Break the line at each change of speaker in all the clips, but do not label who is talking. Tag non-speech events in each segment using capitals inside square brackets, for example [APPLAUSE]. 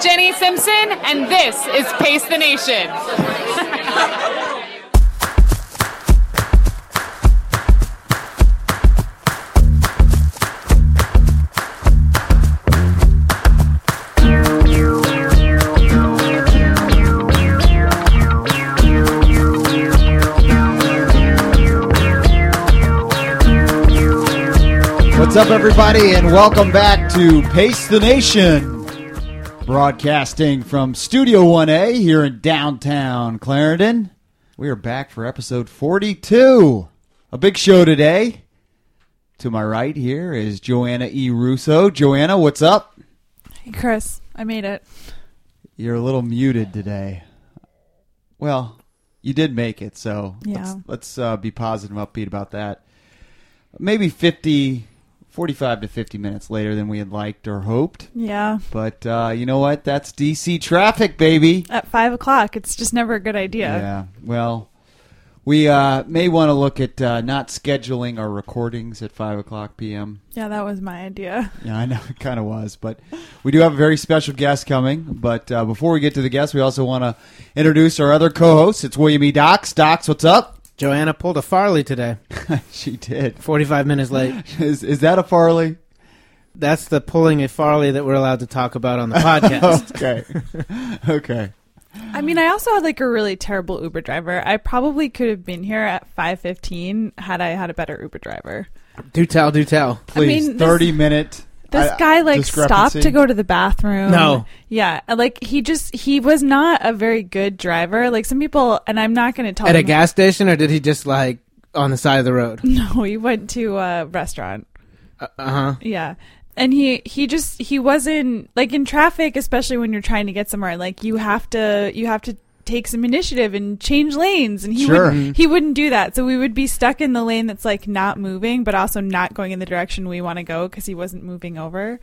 Jenny Simpson, and this is Pace the Nation.
What's up, everybody, and welcome back to Pace the Nation, broadcasting from Studio 1A here in downtown Clarendon. We are back for episode 42. A big show today. To my right here is Joanna E. Russo. Joanna, what's up?
Hey, Chris, I made it.
You're a little muted today. Well, you did make it, so
Yeah.
let's, let's uh, be positive and upbeat about that. Maybe 50, 45 to 50 minutes later than we had liked or hoped.
Yeah.
But uh, you know what? That's DC traffic, baby.
At five o'clock, it's just never a good idea.
Yeah. Well, we uh, may want to look at uh, not scheduling our recordings at 5 o'clock p.m.
Yeah, that was my idea.
Yeah, I know [LAUGHS] it kind of was, but we do have a very special guest coming. But uh, before we get to the guest, we also want to introduce our other co-host. It's William E. Docs. Docs, what's up? [LAUGHS]
Joanna pulled a Farley today,
she did.
45 minutes late.
Is is that a Farley?
That's the pulling a Farley that we're allowed to talk about [LAUGHS] on the podcast.
Okay, [LAUGHS] okay.
I mean, I also had like a really terrible Uber driver. I probably could have been here at five fifteen had I had a better Uber driver.
do tell, do tell.
Please,
I mean, this-
thirty minute.
This
I- uh,
guy like stopped
discrepancy.
to go to the bathroom.
No.
Yeah, like he just he was not a very good driver. Like some people, and I'm not going to tell
At a
them-
gas station, or did he just like on the side of the road?
[LAUGHS] No, he went to a restaurant.
Uh huh.
Yeah. And he he just he wasn't like in traffic, especially when you're trying to get somewhere. Like you have to you have to take some initiative and change lanes, and he
Sure.
wouldn't, he wouldn't do that. So we would be stuck in the lane that's like not moving, but also not going in the direction we want to go because he wasn't moving over.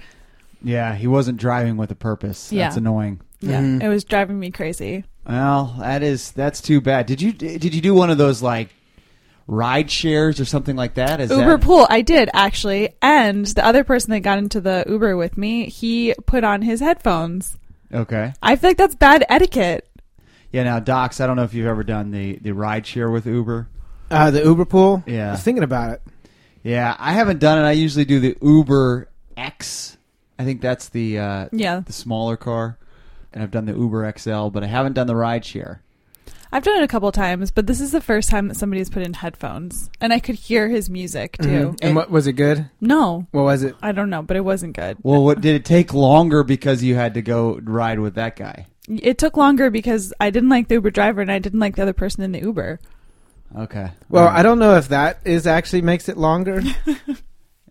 Yeah, he wasn't driving with a purpose. That's
Yeah.
annoying.
Yeah,
Mhm.
it was driving me crazy.
Well, that is that's too bad. Did you did you do one of those like ride shares or something like that? Is
Uber
that,
pool, I did actually, and the other person that got into the Uber with me, he put on his headphones.
okay.
I feel like that's bad etiquette.
Yeah. Now, Docs, I don't know if you've ever done the the ride share with Uber.
Uh, the Uber pool.
Yeah.
I was thinking about it.
Yeah, I haven't done it. I usually do the Uber X. I think that's the uh,
Yeah.
the smaller car, and I've done the Uber XL, but I haven't done the ride share.
I've done it a couple times, but this is the first time that somebody's put in headphones, and I could hear his music too.
Mhm. And what was it good?
No,
What was it?
I don't know, but it wasn't good.
Well, what did it take longer because you had to go ride with that guy?
It took longer because I didn't like the Uber driver and I didn't like the other person in the Uber.
Okay.
Well,
All right.
I don't know if that is actually makes it [LAUGHS] longer.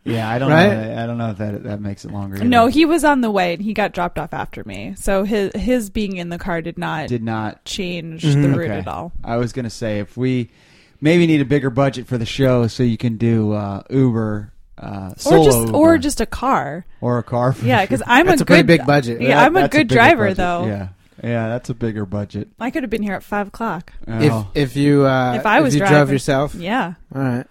Yeah, I don't.
Right?
Know, I don't know if that that makes it longer.
No,
either.
he was on the way and he got dropped off after me, so his his being in the car did not
did not
change
Mhm.
the route
Okay.
at all.
I was gonna say if we maybe need a bigger budget for the show, so you can do uh, Uber uh, solo
or just or
Uber.
just a car.
or a car. For
Yeah, because I'm
That's
a
a pretty
good
big budget.
Yeah, I'm a
that's
good
bigger
driver
budget.
though.
Yeah, yeah, that's a bigger budget.
I could have been here at five o'clock.
Oh.
If if you uh,
If I was
you drove
driving-
yourself,
Yeah,
all right,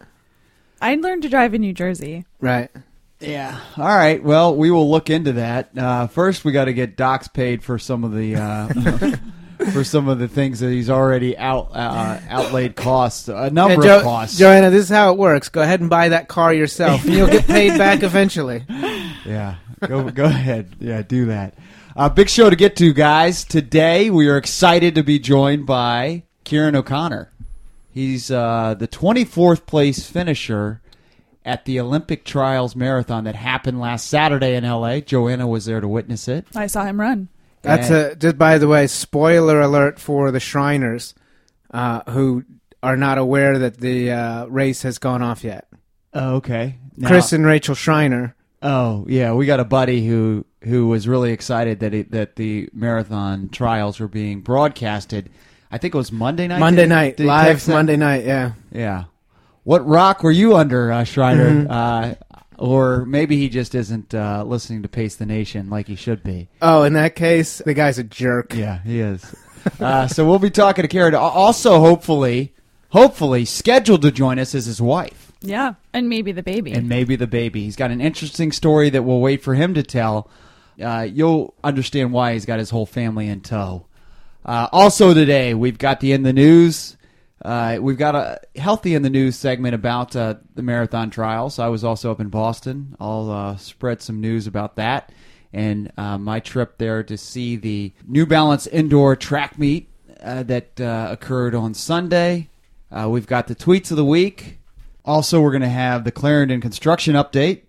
I learned to drive in New Jersey.
right.
yeah. All right. Well, we will look into that. Uh, first, we got to get Docs paid for some of the. Uh, [LAUGHS] For some of the things that he's already out uh, outlaid costs, a number
Yeah,
of
Jo-
costs.
Joanna, this is how it works. Go ahead and buy that car yourself, and you'll [LAUGHS] get paid back eventually.
Yeah, go [LAUGHS] go ahead. Yeah, do that. Uh, big show to get to, guys. Today we are excited to be joined by Kieran O'Connor. He's uh, the 24th place finisher at the Olympic Trials Marathon that happened last Saturday in LA. Joanna was there to witness it.
I saw him run.
That's
And-
a just by the way, spoiler alert for the Shriners uh, who are not aware that the uh, race has gone off yet.
Oh, okay. Now-
Chris and Rachel Shriner.
Oh yeah, we got a buddy who who was really excited that it, that the marathon trials were being broadcasted. I think it was Monday night.
Monday
Did he-
night,
did he
live
text that?
Monday night, yeah.
Yeah. What rock were you under, uh, Schreiner? Uh, or maybe he just isn't uh, listening to Pace the Nation like he should be.
Oh, in that case, the guy's a jerk.
Yeah, he is. [LAUGHS] uh, so we'll be talking to Karen. Al- Also, hopefully, hopefully scheduled to join us is his wife
Yeah, and maybe the baby.
and maybe the baby. He's got an interesting story that we'll wait for him to tell. uh, you'll understand why he's got his whole family in tow. Uh, also today, we've got the in the news. Uh, we've got a healthy in the news segment about uh, the marathon trials. I was also up in Boston. I'll uh, spread some news about that and uh, my trip there to see the New Balance indoor track meet uh, that uh, occurred on Sunday. Uh, we've got the tweets of the week. Also, we're going to have the Clarendon construction update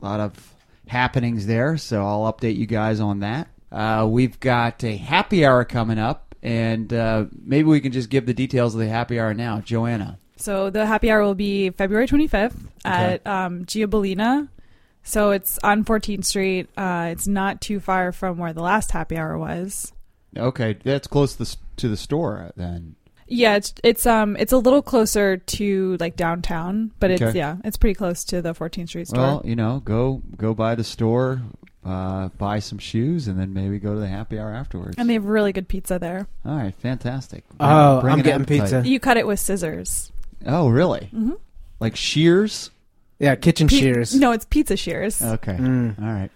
a lot of happenings there, so I'll update you guys on that. Uh, we've got a happy hour coming up, and uh, maybe we can just give the details of the happy hour now. Joanna.
So the happy hour will be February 25th at um, Giabolina. So it's on 14th Street. Uh, it's not too far from where the last happy hour was.
Okay, that's close to the, s- to the store uh, then.
Yeah, it's it's um it's a little closer to like downtown, but it's
Okay.
yeah, it's pretty close to the 14th Street store.
Well, you know, go go by the store, uh, buy some shoes, and then maybe go to the happy hour afterwards.
and they have really good pizza there.
All right, fantastic.
Oh,
Bring
I'm
an
getting
appetite.
pizza. Mm-hmm.
You cut it with scissors.
Oh, really?
Mhm.
Like shears?
Yeah, kitchen
Pe-
shears.
No, it's pizza shears.
Okay.
Mm.
All right.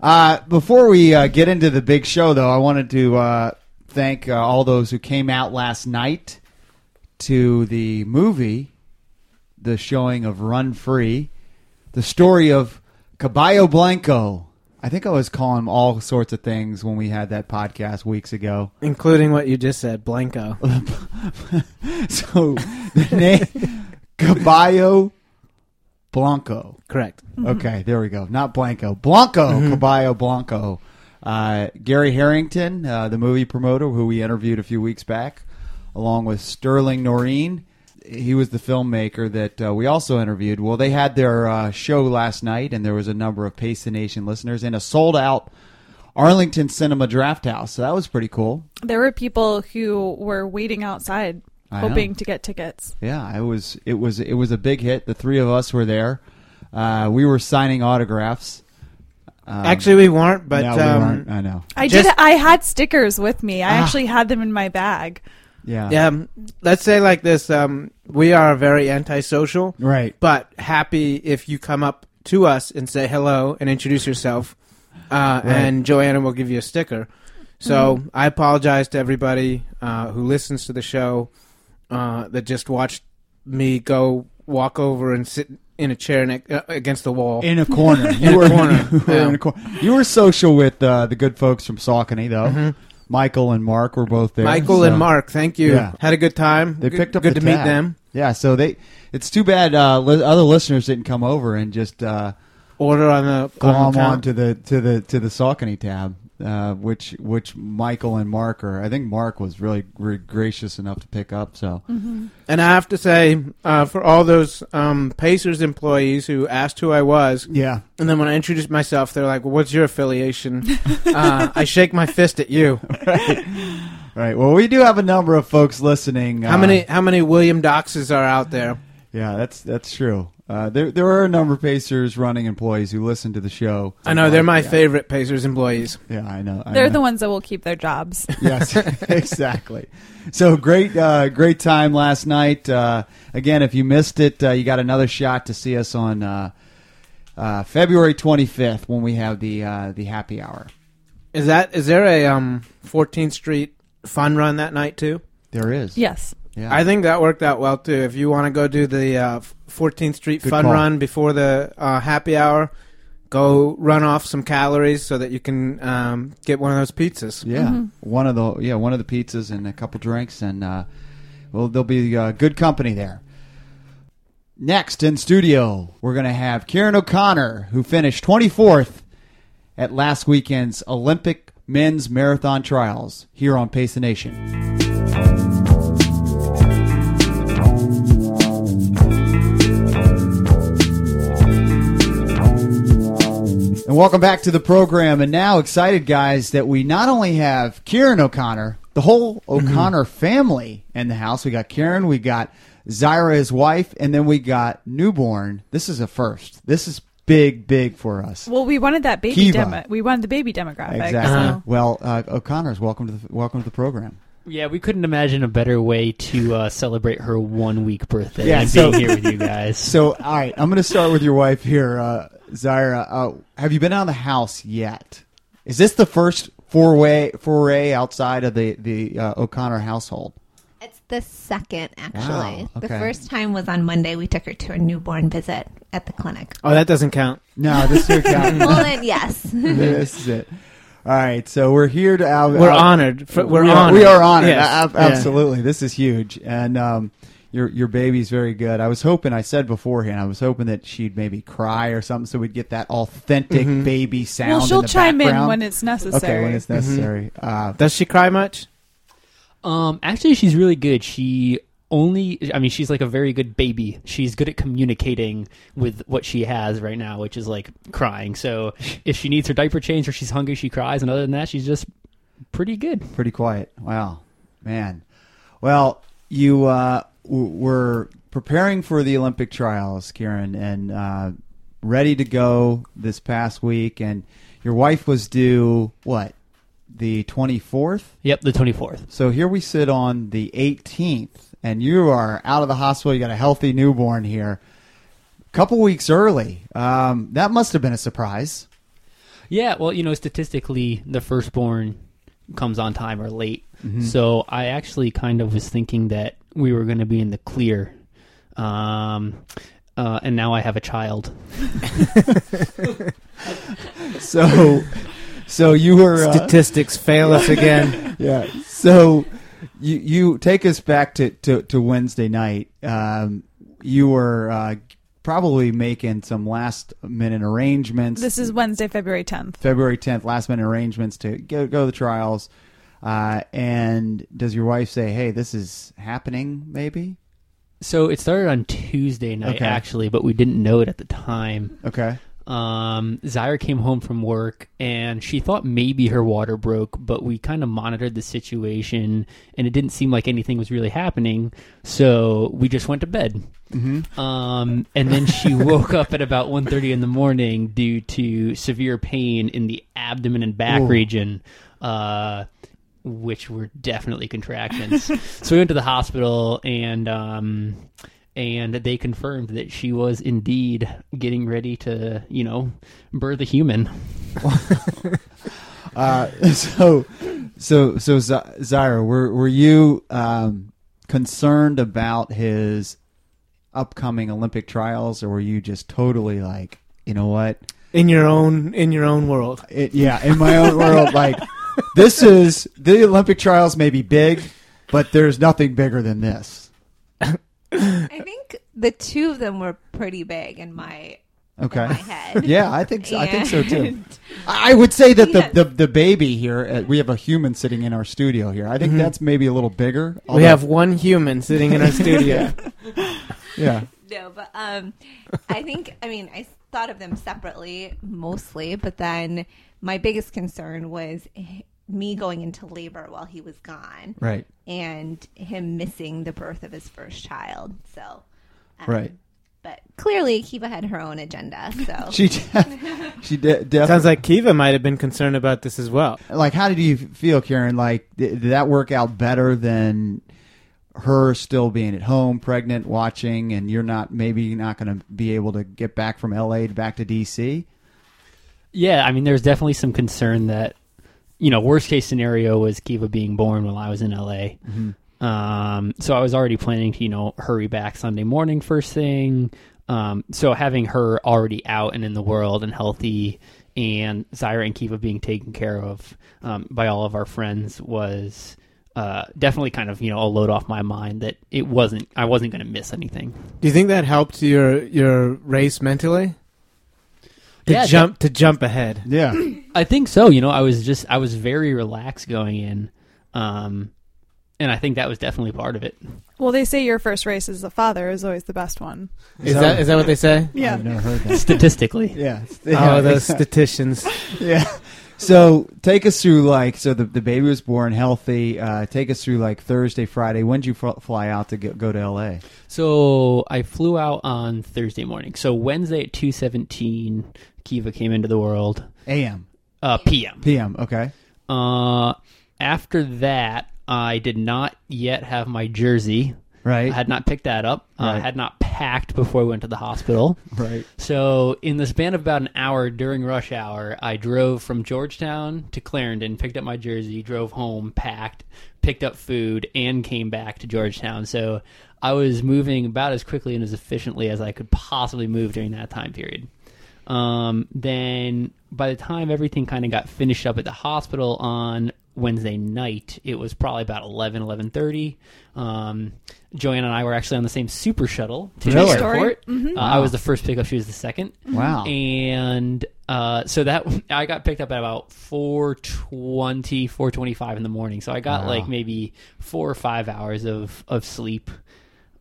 Uh, before we uh, get into the big show, though, I wanted to uh, thank uh, all those who came out last night to the movie, the showing of Run Free, the story of Caballo Blanco. I think I was calling him all sorts of things when we had that podcast weeks ago. [LAUGHS]
Including what you just said, Blanco.
So the name [LAUGHS] Caballo Blanco.
[LAUGHS] Correct.
Okay, there we go. Not Blanco. Blanco,
Mm-hmm.
Caballo Blanco. Uh, Gary Harrington, uh, the movie promoter who we interviewed a few weeks back, along with Sterling Noreen. He was the filmmaker that uh, we also interviewed. Well, they had their uh, show last night, and there was a number of Pace the Nation listeners and a sold out Arlington Cinema Draft House. So that was pretty cool.
There were people who were waiting outside
I know.
hoping to get tickets.
Yeah, it was it was it was a big hit. The three of us were there. Uh, we were signing autographs. Um,
Actually, we weren't, but
no, we
um,
weren't. I know.
I
Just-
did I had stickers with me. I
Ah.
actually had them in my bag.
Yeah.
yeah, um, let's say like this: um, we are very antisocial,
Right.
but happy if you come up to us and say hello and introduce yourself, uh, and Joanna will give you a sticker. So I apologize to everybody uh, who listens to the show uh, that just watched me go walk over and sit in a chair ne- uh, against the wall.
In a
[LAUGHS]
corner. You
a
were,
corner.
[LAUGHS] You were, in
Yeah.
a cor- you were social with uh, the good folks from Saucony, though. Michael and Mark were both there.
Mm-hmm. Michael
so-
and Mark, thank you.
Yeah.
Had a good time.
They
Good-
picked up
Good
the
to meet
tab.
them.
Yeah, so they. It's too bad uh, li- other listeners didn't come over and just uh,
Order on the
glom
account.
on to the to the to the Saucony tab, uh, which which Michael and Mark are. I think Mark was really, really gracious enough to pick up. So
And I have to say, uh, for all those um, Pacers employees who asked who I was,
yeah,
and then when I introduced myself, they're like, well, "What's your affiliation?"
[LAUGHS]
uh, I shake my fist at you.
right. Well, we do have a number of folks listening.
How
uh,
many how many William Doxes are out there?
Yeah, that's that's true. Uh, there there are a number of Pacers running employees who listen to the show.
I know they're my
Yeah.
favorite Pacers employees.
Yeah, I know. I
They're the
know.
ones that will keep
[LAUGHS]
their jobs.
Yes, exactly. So great, uh, great time last night. Uh, again, if you missed it, uh, you got another shot to see us on uh, uh, February 25th when we have the uh, the happy hour.
Is that is there a um, 14th Street fun run that night too?
There is.
yes.
Yeah.
I think that worked out well too. If you want to go do the uh, 14th Street
Good
Fun
call.
Run before the uh, happy hour, go run off some calories so that you can um, get one of those pizzas.
Yeah, one of the yeah one of the pizzas and a couple drinks, and uh, well, there'll be uh, good company there. Next in studio, we're gonna have Kieran O'Connor, who finished 24th at last weekend's Olympic men's marathon trials here on Pace the Nation. And welcome back to the program. And now, excited guys that we not only have Kieran O'Connor, the whole O'Connor family in the house. We got Kieran, we got Zyra, his wife, and then we got newborn. This is a first. This is big, big for us.
Well, we wanted that baby
Kiva.
demo. We wanted the baby demographic. Uh-huh.
Exactly.
so-
Well, uh, O'Connor's welcome to the welcome to the program.
Yeah, we couldn't imagine a better way to uh, celebrate her one week birthday
Yeah,
and
so- [LAUGHS]
being here with you guys.
So, all right, I'm going to start with your wife here. Uh, Zyra, uh, have you been out of the house yet? Is this the first foray foray outside of the the uh, O'Connor household?
It's the second, actually.
Wow,
The
okay.
first time was on Monday. We took her to a newborn visit at the clinic.
Oh, that doesn't count.
No, this is
[LAUGHS] Well, then, yes.
[LAUGHS] this is it. All right, so we're here to. Uh,
We're honored. For, we're
we are,
honored.
We are honored.
Yes.
A- a-
Yeah.
absolutely, this is huge, and um, your your baby's very good. I was hoping. I said beforehand. I was hoping that she'd maybe cry or something, so we'd get that authentic
Mm-hmm.
baby sound.
well,
in
she'll
the
chime in
background.
when it's necessary.
okay when it's necessary. Uh,
Does she cry much?
Um, actually, she's really good. She only, I mean, she's like a very good baby. She's good at communicating with what she has right now, which is like
[LAUGHS]
crying. So if she needs her diaper changed or she's hungry, she cries. And other than that, she's just pretty good.
pretty quiet. Wow, man. Well, you uh, w- were preparing for the Olympic trials, Kieran, and uh, ready to go this past week. And your wife was due what the twenty fourth.
Yep, the 24th.
So here we sit on the eighteenth, and you are out of the hospital. You got a healthy newborn here. Couple weeks early. Um, that must have been a surprise.
Yeah, well, you know, statistically, the firstborn comes on time or late. So I actually kind of was thinking that we were going to be in the clear. Um, uh, and now I have a child.
So, [LAUGHS] so you were uh,
Statistics fail us again.
[LAUGHS] yeah. So you you take us back to to, to Wednesday night. Um, you were uh, probably making some last minute arrangements.
This is Wednesday, February 10th.
February tenth, last minute arrangements to go go to the trials. Uh, and does your wife say, "Hey, this is happening"? Maybe.
So it started on Tuesday night,
Okay.
actually, but we didn't know it at the time.
Okay.
Um, Zyra came home from work and she thought maybe her water broke, but we kind of monitored the situation and it didn't seem like anything was really happening. So we just went to bed. Mm-hmm. Um, and then she woke up at about 1.30 in the morning due to severe pain in the abdomen and back
Ooh.
region. Uh, which were definitely contractions. so we went to the hospital and um and they confirmed that she was indeed getting ready to, you know, birth a human.
Uh, [LAUGHS] so, so, so, Z- Zyra, were were you um, concerned about his upcoming Olympic trials, or were you just totally like, you know what?
In your own in your own world.
It, yeah, in my own world, like this is the Olympic trials may be big, but there's nothing bigger than this.
I think the two of them were pretty big in my,
Okay.
in my head.
Yeah, I think so. I think so too.
And-
I I would say
[LAUGHS]
that the,
Yes.
the, the baby here, uh, we have a human sitting in our studio here. I think that's maybe a little bigger.
Mm-hmm. we
although-
have one human sitting in our studio.
[LAUGHS] yeah.
No, but um, I think I mean I thought of them separately mostly, but then my biggest concern was h- me going into labor while he was gone,
Right.
and him missing the birth of his first child. So, um,
Right.
But clearly, Kiva had her own agenda.
[LAUGHS]
So
She de- [LAUGHS] she de- definitely
Sounds like Kiva might have been concerned about this as well.
like how did you feel, Karen? Like th- did that work out better than her still being at home, pregnant, watching, and you're not maybe not going to be able to get back from L.A. to back to D.C.
Yeah, I mean there's definitely some concern that you know, worst case scenario was Kiva being born while I was in LA. Um, so I was already planning to, you know, hurry back Sunday morning first thing. Um, so having her already out and in the world and healthy and Zyra and Kiva being taken care of um, by all of our friends was uh, definitely kind of, you know, a load off my mind that it wasn't, I wasn't going to miss anything.
Do you think that helped your your race mentally? To
Yeah,
jump to jump ahead.
Yeah,
I think so. You know, I was just I was very relaxed going in, um, and I think that was definitely part of
[LAUGHS]
it.
Well, they say your first race as a father is always the best one.
Is that is that what they say?
Yeah.
I've never heard
[LAUGHS]
that.
Statistically,
[LAUGHS] yeah,
Oh,
[LAUGHS]
those statisticians.
yeah. So take us through like so the the baby was born healthy. Uh, take us through like Thursday, Friday. When did you fl- fly out to get, go to L.A.?
so I flew out on Thursday morning. So Wednesday at two seventeen, Kiva came into the world.
A.M.
Uh, PM.
P.M. Okay.
Uh, after that, I did not yet have my jersey.
Right.
I had not picked that up. Uh, I
Right.
had not packed before I went to the hospital.
Right.
So, in the span of about an hour during rush hour, I drove from Georgetown to Clarendon, picked up my jersey, drove home, packed, picked up food, and came back to Georgetown. So, I was moving about as quickly and as efficiently as I could possibly move during that time period. Um, then, by the time everything kind of got finished up at the hospital on Wednesday night, it was probably about 11, 11.30. Um, Joanne and I were actually on the same super shuttle to
Really?
the
True
story.
airport. Uh, I was the first pickup. She was the second.
Wow.
And uh, so that [LAUGHS] I got picked up at about 420, 425 in the morning. So I got like maybe four or five hours of, of sleep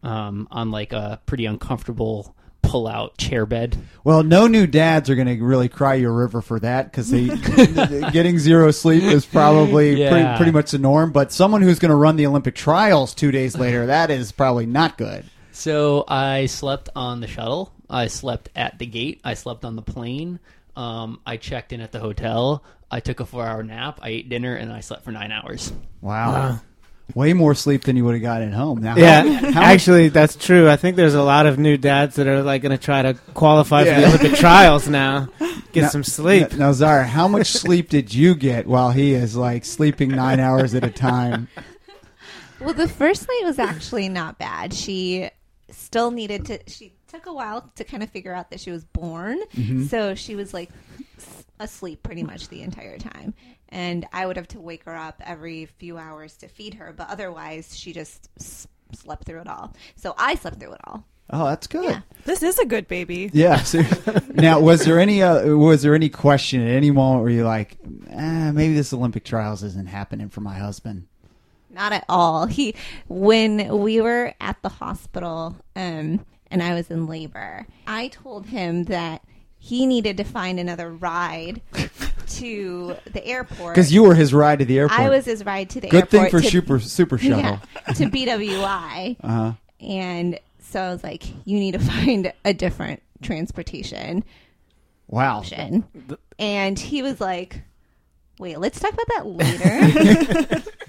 um, on like a pretty uncomfortable pull out chair bed.
Well, no new dads are going to really cry you a river for that because they [LAUGHS] getting zero sleep is probably
Yeah.
pretty, pretty much the norm. But someone who's going to run the Olympic trials two days later, that is probably not good.
So I slept on the shuttle. I slept at the gate. I slept on the plane. Um, I checked in at the hotel. I took a four hour nap. I ate dinner and I slept for nine hours.
Wow. Way more sleep than you would have got at home. Now, how-
Yeah, actually, that's true. I think there's a lot of new dads that are like going to try to qualify for
Yeah.
the Olympic
[LAUGHS]
trials now. Get some sleep.
Now, Zara, how much sleep did you get while he is like sleeping nine hours at a time?
Well, the first night was actually not bad. She still needed to. She took a while to kind of figure out that she was born, so she was like s- asleep pretty much the entire time. And I would have to wake her up every few hours to feed her, but otherwise she just s- slept through it all. So I slept through it all.
Oh, that's good.
Yeah.
This is a good baby.
Yeah. so- now, was there any uh, was there any question at any moment where you're like, eh, maybe this Olympic trials isn't happening for my husband?
Not at all. He when we were at the hospital um and I was in labor, I told him that he needed to find another ride to the airport.
Because you were his ride to the airport.
I was his ride to the
good thing
airport.
for
to,
super super shuttle.
[LAUGHS] yeah, to BWI.
[LAUGHS] Uh-huh.
And so I was like, you need to find a different transportation
Wow.
option. And he was like, wait, let's talk about that later. [LAUGHS]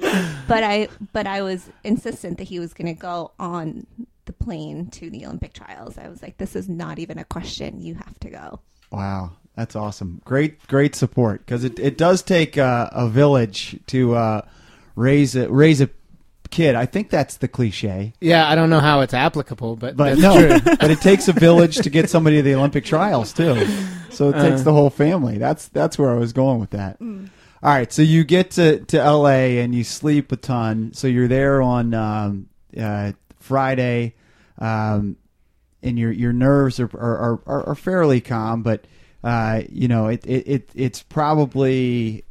but I but I was insistent that he was gonna go on the plane to the Olympic trials. I was like, this is not even a question. You have to go.
Wow. That's awesome. Great, great support because it, it does take uh, a village to uh, raise a raise a kid. I think that's the cliche,
Yeah, I don't know how it's applicable, but,
but
that's
no,
true.
[LAUGHS] but it takes a village to get somebody to the Olympic trials too. So it
Uh-huh.
takes the whole family. That's that's where I was going with that. All right, so you get to to L.A. and you sleep a ton. So you're there on um, uh, Friday. Um, and your your nerves are are, are, are fairly calm, but uh, you know it, it, it it's probably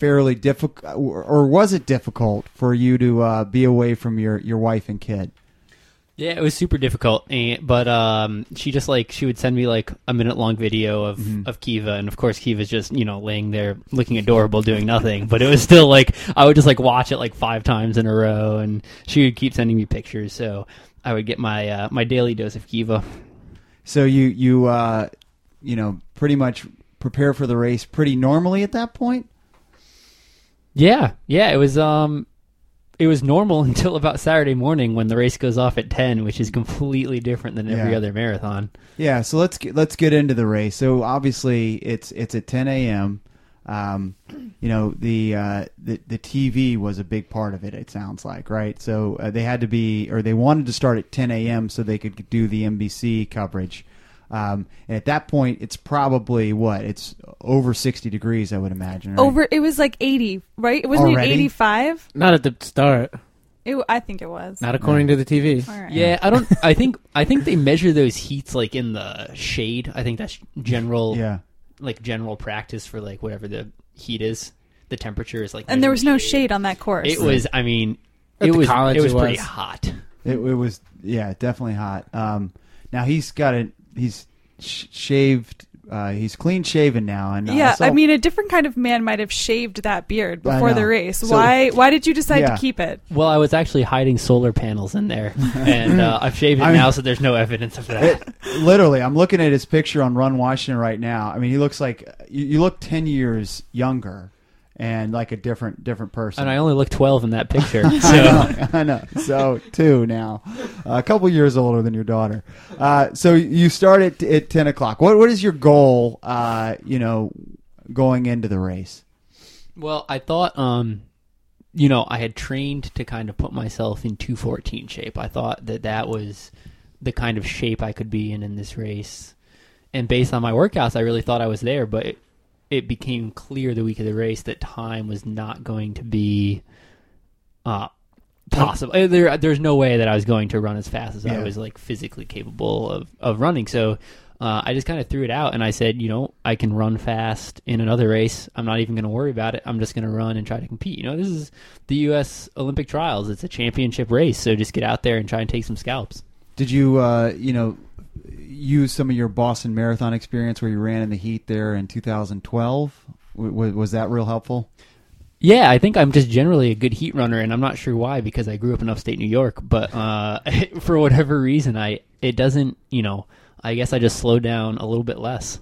fairly difficult, or, or was it difficult for you to uh, be away from your, your wife and kid?
Yeah, it was super difficult, and, but um, she just like she would send me like a minute long video of of Kiva, and of course Kiva's just you know laying there looking adorable, doing nothing. But it was still like I would just like watch it like five times in a row, and she would keep sending me pictures, so I would get my uh, my daily dose of Kiva.
So you you uh, you know pretty much prepare for the race pretty normally at that point.
Yeah, yeah, it was um, it was normal [LAUGHS] until about Saturday morning when the race goes off at ten, which is completely different than every
Yeah.
other marathon.
Yeah, so let's get, let's get into the race. So obviously it's it's at 10 a.m. Um, you know the, uh, the the TV was a big part of it. It sounds like right. So uh, they had to be or they wanted to start at 10 a.m. so they could do the NBC coverage. Um, and at that point, it's probably what it's over 60 degrees. I would imagine. Right?
Over, it was like 80, right? Wasn't
Already?
it 85?
Not at the start.
It, I think it was.
Not according to the TV.
All right.
Yeah, I don't. I think I think they measure those heats like in the shade. I think that's general,
Yeah.
like general practice for like whatever the heat is. The temperature is like,
And there was
measured
no
in
shade on that course.
It was. I mean,
At
it
the
was.
college
It was
it
pretty
was.
hot.
It, it was yeah, definitely hot. Um, now he's got it. He's sh- shaved. Uh, he's clean shaven now. And uh,
yeah,
saw-
I mean, a different kind of man might have shaved that beard
I
before
know.
the race.
So-
why? Why did you decide
Yeah.
to keep it?
Well, I was actually hiding solar panels in there, and uh, I've shaved it
I mean-
now, so there's no evidence of that.
[LAUGHS] literally, I'm looking at his picture on Run Washington right now. I mean, he looks like you, you look ten years younger. and like a different different person.
And I only look 12 in that picture.
I
So
know, [LAUGHS] I know. So two now, a couple years older than your daughter. Uh, so you start at, at ten o'clock. What what is your goal? Uh, you know, going into the race.
Well, I thought, um, you know, I had trained to kind of put myself in 214 shape. I thought that that was the kind of shape I could be in in this race. And based on my workouts, I really thought I was there, but it, it became clear the week of the race that time was not going to be uh, possible. Uh, There, there's no way that I was going to run as fast as
Yeah.
I was like physically capable of, of running. So uh, I just kind of threw it out and I said, you know, I can run fast in another race. I'm not even going to worry about it. I'm just going to run and try to compete. You know, this is the U.S. Olympic trials. It's a championship race. So just get out there and try and take some scalps.
Did you uh, you know use some of your Boston Marathon experience where you ran in the heat there in 2012? W- was that real helpful?
Yeah, I think I'm just generally a good heat runner, and I'm not sure why because I grew up in upstate New York. But uh, [LAUGHS] for whatever reason, I it doesn't. You know, I guess I just slow down a little bit less.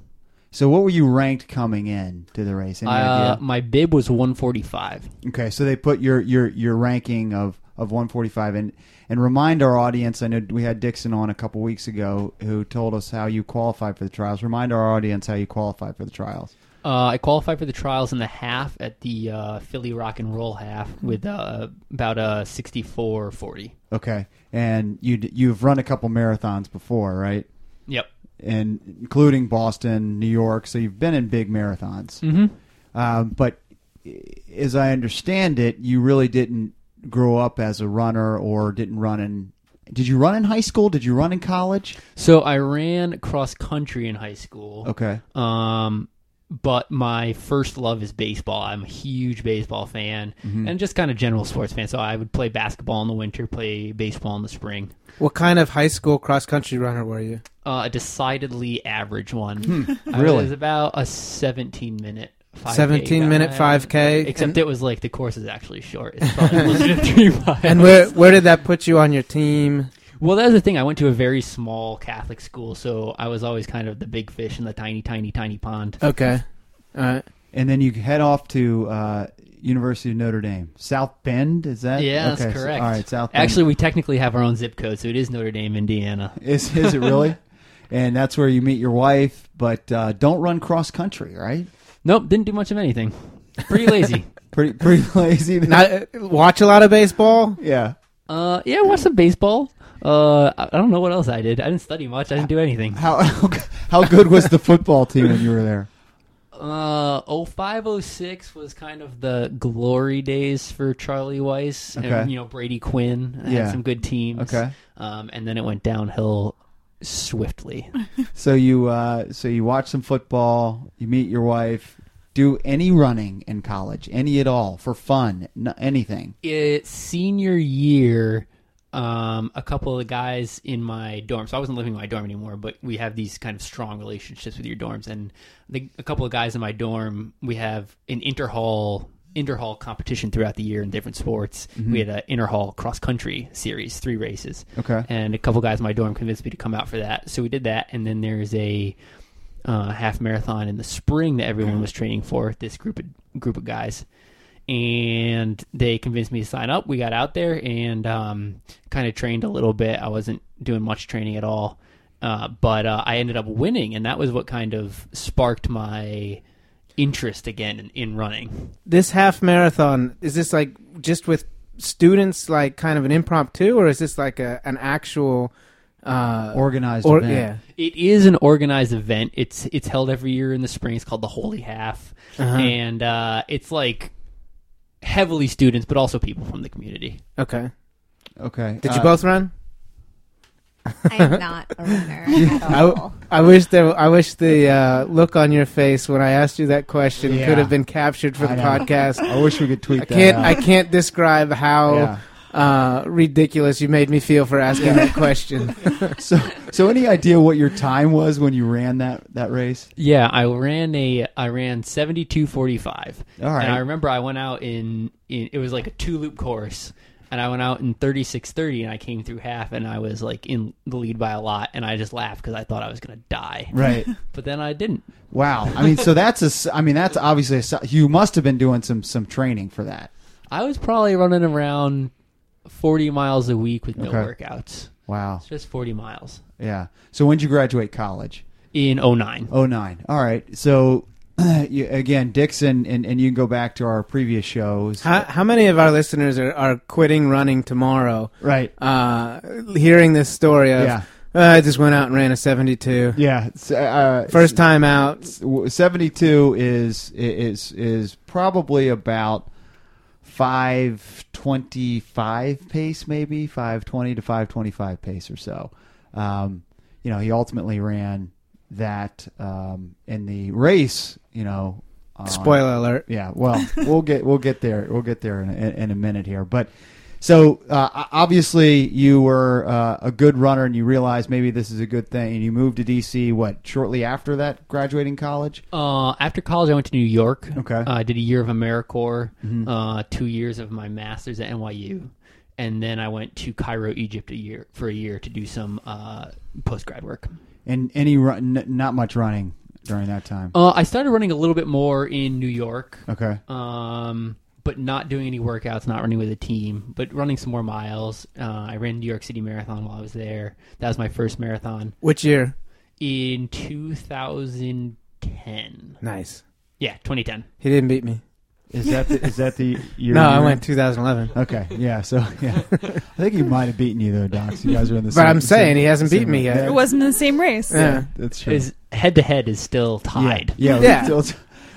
So what were you ranked coming in to the race? Any
Uh,
idea?
my bib was 145.
Okay, so they put your your your ranking of of 145 and and remind our audience. I know we had Dixon on a couple weeks ago who told us how you qualified for the trials. Remind our audience how you qualified for the trials.
Uh, I qualified for the trials in the half at the uh, Philly Rock and Roll half with uh, about a 64 40.
Okay, and you d- you've run a couple marathons before, right?
Yep.
And including Boston, New York. So you've been in big marathons.
Mhm.
Um, but as I understand it, you really didn't grow up as a runner or didn't run in. Did you run in high school? Did you run in college?
So I ran cross country in high school.
Okay.
Um, but my first love is baseball. I'm a huge baseball fan
Mm-hmm.
and just kind of general sports fan. So I would play basketball in the winter, play baseball in the spring.
What kind of high school cross country runner were you?
Uh, a decidedly average one.
Hmm.
really?
It was about a 17 minute. 5K
17 minute
guy.
5K,
Except
and-
it was like the course is actually short.
[LAUGHS]
It's probably closer to three miles.
And where where did that put you on your team?
Well, that was the thing. I went to a very small Catholic school, so I was always kind of the big fish in the tiny, tiny, tiny pond.
Okay, all right.
and then you head off to uh, University of Notre Dame, South Bend. Is that
Yeah,
Okay,
that's
so-
correct.
all right, South. Bend.
Actually, we technically have our own zip code, so it is Notre Dame, Indiana.
is is it
[LAUGHS]
really? and that's where you meet your wife. But uh, don't run cross country, right?
Nope, didn't do much of anything. Pretty
[LAUGHS]
lazy.
Pretty pretty lazy.
Not uh, watch a lot of baseball.
yeah.
uh, yeah, watched some baseball. Uh, I I don't know what else I did. I didn't study much. I didn't do anything.
How [LAUGHS] how good was the football team when you were there?
Uh, 0506 was kind of the glory days for Charlie Weiss
Okay.
and you know Brady Quinn had
Yeah.
some good teams.
Okay.
um, and then it went downhill swiftly.
So you uh, so you watch some football. You meet your wife. Do any running in college, any at all, for fun, n- anything.
it senior year um, a couple of the guys in my dorm so i wasn't living in my dorm anymore but we have these kind of strong relationships with your dorms and the, a couple of guys in my dorm we have an interhall interhall competition throughout the year in different sports we had an interhall cross country series three races
Okay.
and a couple guys in my dorm convinced me to come out for that so we did that and then there's a uh, half marathon in the spring that everyone was training for this group of group of guys and they convinced me to sign up we got out there and um, kind of trained a little bit i wasn't doing much training at all uh, but uh, i ended up winning and that was what kind of sparked my interest again in, in running
This half marathon is this like just with students, like kind of an impromptu, or is this like a an actual uh,
Organized
or-
event.
yeah?
It is an organized event. It's it's held every year in the spring. It's called the Holy Half, and uh, it's like heavily students, but also people from the community.
Okay.
Okay.
Did
Uh,
you both run?
I'm not a runner at
I, w-
all.
I wish there. I wish the uh, look on your face when I asked you that question
Yeah.
could have been captured for
I
the
know. [LAUGHS]
podcast.
I wish we could tweet
I
that.
can't.
out.
I can't describe
Yeah.
how uh, ridiculous you made me feel for asking that
[LAUGHS]
question.
[LAUGHS] So, so any idea what your time was when you ran that that race?
Yeah, I ran a I ran seventy two forty five.
All right.
And I remember I went out in, in it was like a two loop course, and I went out in 36:30 and I came through half and I was like in the lead by a lot and I just laughed cuz I thought I was going to die.
Right.
But then I didn't.
[LAUGHS] Wow. I mean, so that's a. s- I mean, that's obviously a. s- You must have been doing some some training for that.
I was probably running around 40 miles a week with no
Okay.
workouts.
Wow.
Just 40 miles
Yeah. So when did you graduate college?
in 09.
Oh nine. All right. So [CLEARS THROAT] you, again, Dixon, and and you can go back to our previous shows.
How, how many of our listeners are, are quitting running tomorrow?
Right.
Uh, hearing this story of,
Yeah.
"Oh, I just went out and ran a 72.
Yeah. it's, uh,
First time out.
w- 72 is is is probably about 525 pace maybe 520 to 525 pace or so um, you know he ultimately ran that um, in the race you know uh, on-
Spoiler alert.
Oh, yeah well we'll get we'll get there we'll get there in, in, in a minute here but so uh, o- obviously you were uh, a good runner and you realized maybe this is a good thing and you moved to dc what shortly after that graduating college
Uh, after college, I went to New York.
Okay. Mm-hmm.
Uh, I did a year of AmeriCorps, uh, two years of my master's at NYU, and then I went to Cairo, Egypt, a year for a year to do some uh, post grad work.
And any run, n- not much running during that time.
Um,
Uh, I started running a little bit more in New York,
Okay.
um, but not doing any workouts, not running with a team, but running some more miles. Uh, I ran New York City Marathon while I was there. That was my first marathon
Which year?
in 2010.
Nice.
Yeah, 2010.
He didn't beat me.
Is that the, is that
[LAUGHS]
the year?
no,
you
I
were-
went 2011.
Okay. Yeah. So yeah, I think he might have beaten you though, Docs. You guys are in the.
But I'm saying he hasn't beat me yet.
It wasn't in the same race.
Yeah.
That's true.
Is head to head is still tied.
Yeah. yeah,
Yeah.
Still,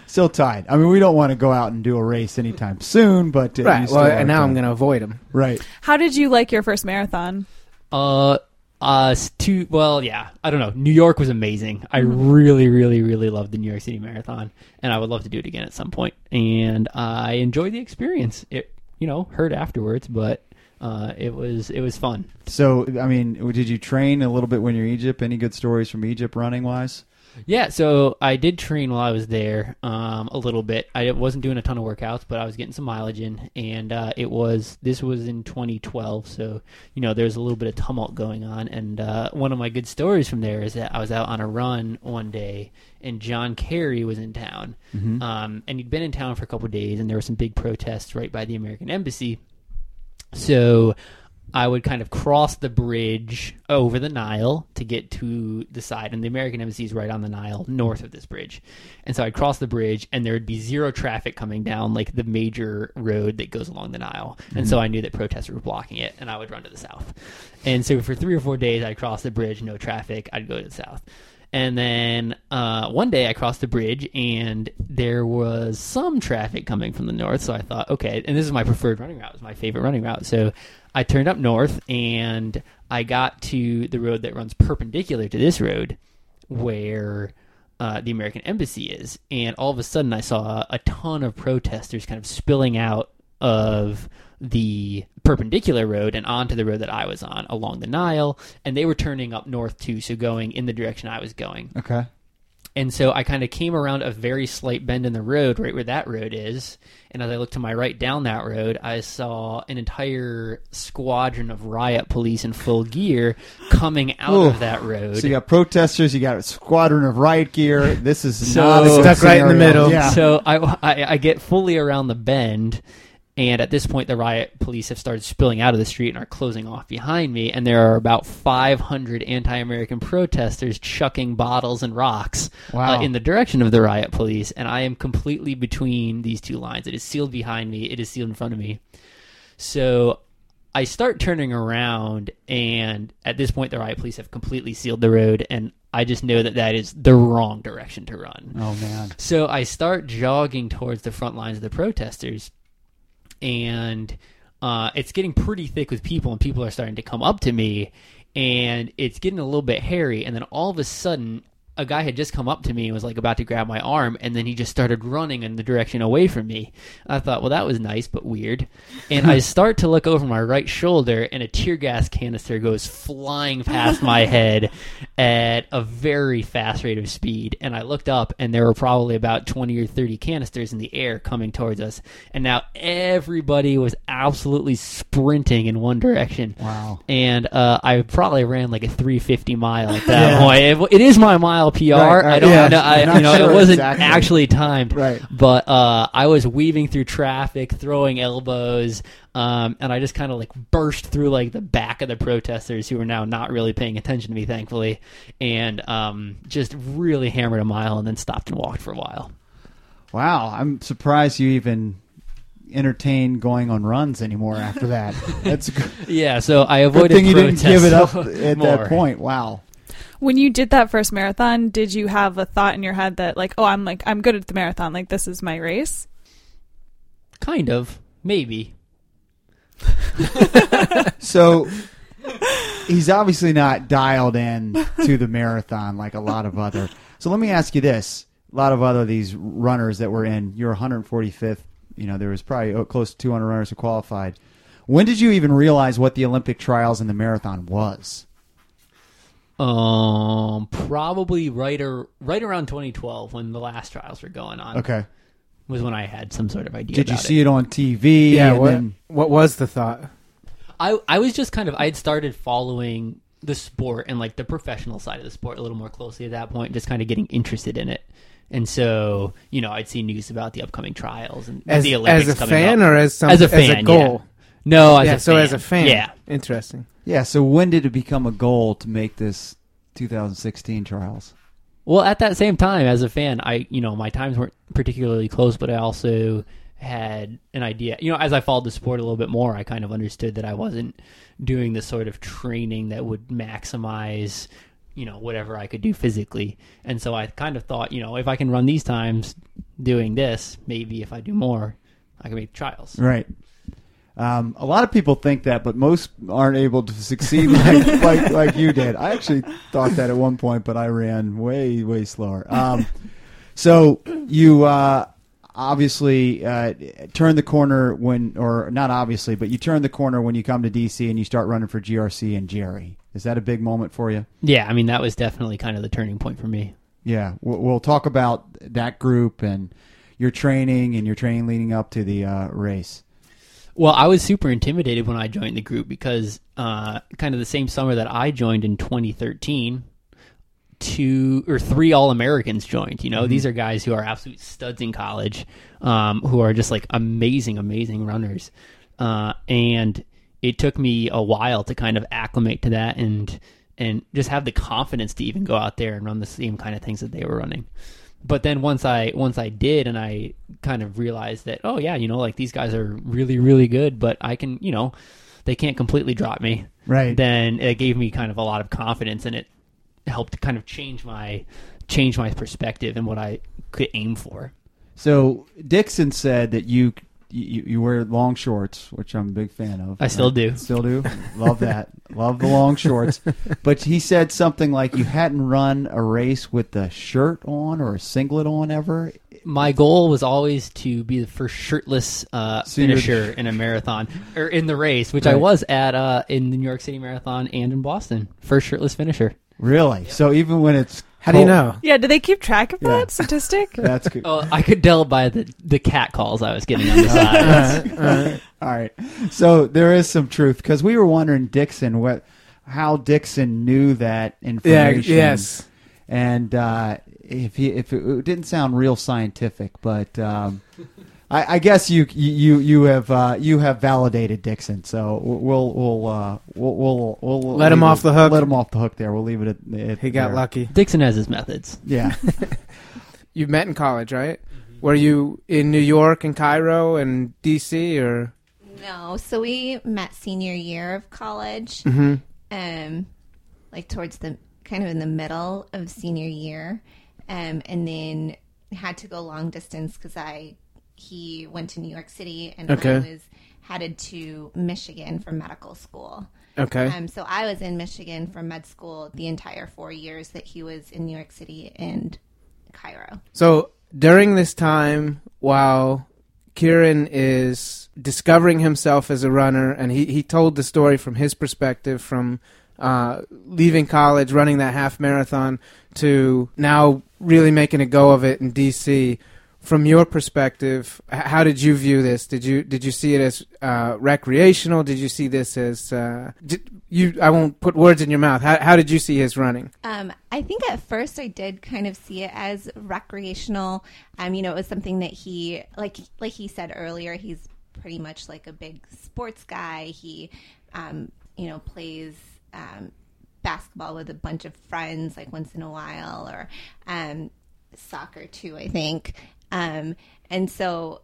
still tied. I mean, we don't want to go out and do a race anytime soon, but uh, you
Right.
still
Well,
are
and now I'm
tied.
going to avoid him.
right.
How did you like your first marathon?
Uh, uh, two. Well, yeah. I don't know. New York was amazing. I really, really, really loved the New York City Marathon, and I would love to do it again at some point. And I enjoyed the experience. It, you know, hurt afterwards, but uh, it was it was fun.
So I mean, did you train a little bit when you're in Egypt? Any good stories from Egypt running wise?
Yeah. So I did train while I was there, um, a little bit. I wasn't doing a ton of workouts, but I was getting some mileage in, and uh, it was this was in 2012, so you know there's a little bit of tumult going on. And uh, one of my good stories from there is that I was out on a run one day, and John Kerry was in town, um, and he'd been in town for a couple of days, and there were some big protests right by the American embassy. So I would kind of cross the bridge over the Nile to get to the side, and the American embassy is right on the Nile, north of this bridge. And so I'd cross the bridge, and there would be zero traffic coming down like the major road that goes along the Nile. And so I knew that protesters were blocking it, and I would run to the south. And so for three or four days, I'd cross the bridge, no traffic, I'd go to the south. And then uh, one day I crossed the bridge and there was some traffic coming from the north. So I thought, okay, and this is my preferred running route, it's my favorite running route. So I turned up north and I got to the road that runs perpendicular to this road where uh, the American embassy is, and all of a sudden I saw a ton of protesters kind of spilling out of the perpendicular road and onto the road that I was on along the Nile, and they were turning up north too, so going in the direction I was going.
[LAUGHS] Okay.
And so I kind of came around a very slight bend in the road, right where that road is. And as I looked to my right down that road, I saw an entire squadron of riot police in full gear coming out
Oof.
of that road.
So you got protesters, you got a squadron of riot gear. This is
So-
not a good
Stuck right in the
scenario.
middle.
Yeah.
So I, I I get fully around the bend, and at this point, the riot police have started spilling out of the street and are closing off behind me. And there are about 500 anti-American protesters chucking bottles and rocks uh,
Wow.
in the direction of the riot police. And I am completely between these two lines. It is sealed behind me. It is sealed in front of me. So I start turning around, and at this point, the riot police have completely sealed the road, and I just know that that is the wrong direction to run.
Oh man.
So I start jogging towards the front lines of the protesters, and uh, it's getting pretty thick with people, and people are starting to come up to me, and it's getting a little bit hairy. And then all of a sudden, a guy had just come up to me and was like about to grab my arm, and then he just started running in the direction away from me. I thought, well, that was nice but weird. And I start to look over my right shoulder, and a tear gas canister goes flying
[LAUGHS]
past my head at a very fast rate of speed. And I looked up, and there were probably about 20 or 30 canisters in the air coming towards us. And now everybody was absolutely sprinting in one direction
Wow.
and uh, I probably ran like a 350 mile at that point. It, it is my mile PR.
Right, right,
I don't
yeah.
know. I,
You're not
you know,
sure
it wasn't
exactly.
actually timed,
Right.
But uh, I was weaving through traffic, throwing elbows, um, and I just kind of like burst through like the back of the protesters who were now not really paying attention to me, thankfully, and um, just really hammered a mile and then stopped and walked for a while.
Wow, I'm surprised you even entertain going on runs anymore after
[LAUGHS]
that. That's a good,
Yeah, so I
good
avoided
thing you didn't
protests [LAUGHS]
give it up at that
more.
point. Wow.
When you did that first marathon, did you have a thought in your head that like, oh, I'm like I'm good at the marathon, like this is my race?
Kind of, maybe.
So he's obviously not dialed in to the marathon like a lot of other. So let me ask you this: a lot of other these runners that were in your 145th, you know, there was probably oh, close to 200 runners who qualified. When did you even realize what the Olympic trials and the marathon was?
Um, probably right or right around 2012 when the last trials were going on.
Okay,
was when I had some sort of idea.
did you
about
see it, on TV?
Yeah,
and
what,
then-
what was the thought?
I I was just kind of I had started following the sport and like the professional side of the sport a little more closely at that point, just kind of getting interested in it. And so, you know, I'd see news about the upcoming trials and
As,
the Olympics
as a
coming
fan
up.
or as some,
as a fan, yeah.
goal?
No, as
yeah,
a
so
fan.
as a fan.
yeah,
Interesting.
yeah. So when did it become a goal to make this 2016 trials?
Well, at that same time, as a fan, I you know my times weren't particularly close, but I also had an idea. You know, as I followed the sport a little bit more, I kind of understood that I wasn't doing the sort of training that would maximize you know whatever I could do physically, and so I kind of thought, you know, if I can run these times doing this, maybe if I do more, I can make trials.
Right. Um, a lot of people think that, but most aren't able to succeed [LAUGHS] like, like like you did. I actually thought that at one point, but I ran way way slower. Um, so you uh, obviously uh, turn the corner when, or not obviously, but you turn the corner when you come to DC and you start running for GRC and Jerry. Is that a big moment for you?
Yeah, I mean that was definitely kind of the turning point for me.
Yeah, we'll, we'll talk about that group and your training and your training leading up to the uh, race.
Well, I was super intimidated when I joined the group because uh, kind of the same summer that I joined in 2013, two or three All Americans joined. You know, these are guys who are absolute studs in college, um, who are just like amazing, amazing runners. Uh, and it took me a while to kind of acclimate to that and and just have the confidence to even go out there and run the same kind of things that they were running. But then once I once I did and I kind of realized that oh yeah you know like these guys are really really good but I can you know they can't completely drop me
Right.
then it gave me kind of a lot of confidence and it helped kind of change my change my perspective and what I could aim for.
So Dixon said that you you, you wear long shorts, which I'm a big fan of.
I still do.
Still do. Love that.
[LAUGHS]
Love the long shorts. But he said something like you hadn't run a race with a shirt on or a singlet on ever.
My goal was always to be the first shirtless uh,
So you're-
finisher in a marathon or in the race, which I
Right.
was at uh, in the New York City Marathon and in Boston, first shirtless finisher.
Really? So even when it's
How do you
cold-
know?
Yeah, do they keep track of that
Yeah.
statistic?
That's good.
Oh, I could tell by the the cat calls I was getting [LAUGHS] on the side.
All right. So there is some truth because we were wondering Dixon what how Dixon knew that information.
yes.
And uh, if he if it, it didn't sound real scientific, but um, I, I guess you you you have uh, you have validated Dixon. So we'll we'll uh, we'll, we'll we'll
Let him
leave
off
it-
the hook.
Let him off the hook there. We'll leave it at. at
He got
there.
lucky.
Dixon has his methods.
[LAUGHS]
Yeah.
You met in college, right? Were you in New York and Cairo and DC or
No, so we met senior year of college,
Mm-hmm.
um, like towards the kind of in the middle of senior year, um, and then had to go long distance because I he went to New York City and
Okay.
I was headed to Michigan for medical school.
Okay.
Um, so I was in Michigan for med school the entire four years that he was in New York City and Cairo.
So during this time, while Kieran is discovering himself as a runner, and he, he told the story from his perspective from uh, leaving college, running that half marathon, to now really making a go of it in D.C. From your perspective, h- how did you view this? Did you did you see it as uh, recreational? Did you see this as uh, did you? I won't put words in your mouth. How, how did you see his running?
Um, I think at first I did kind of see it as recreational. Um, you know, it was something that he like like he said earlier. He's pretty much like a big sports guy. He, um, you know, plays um, basketball with a bunch of friends like once in a while, or um, soccer too. I think. Um, and so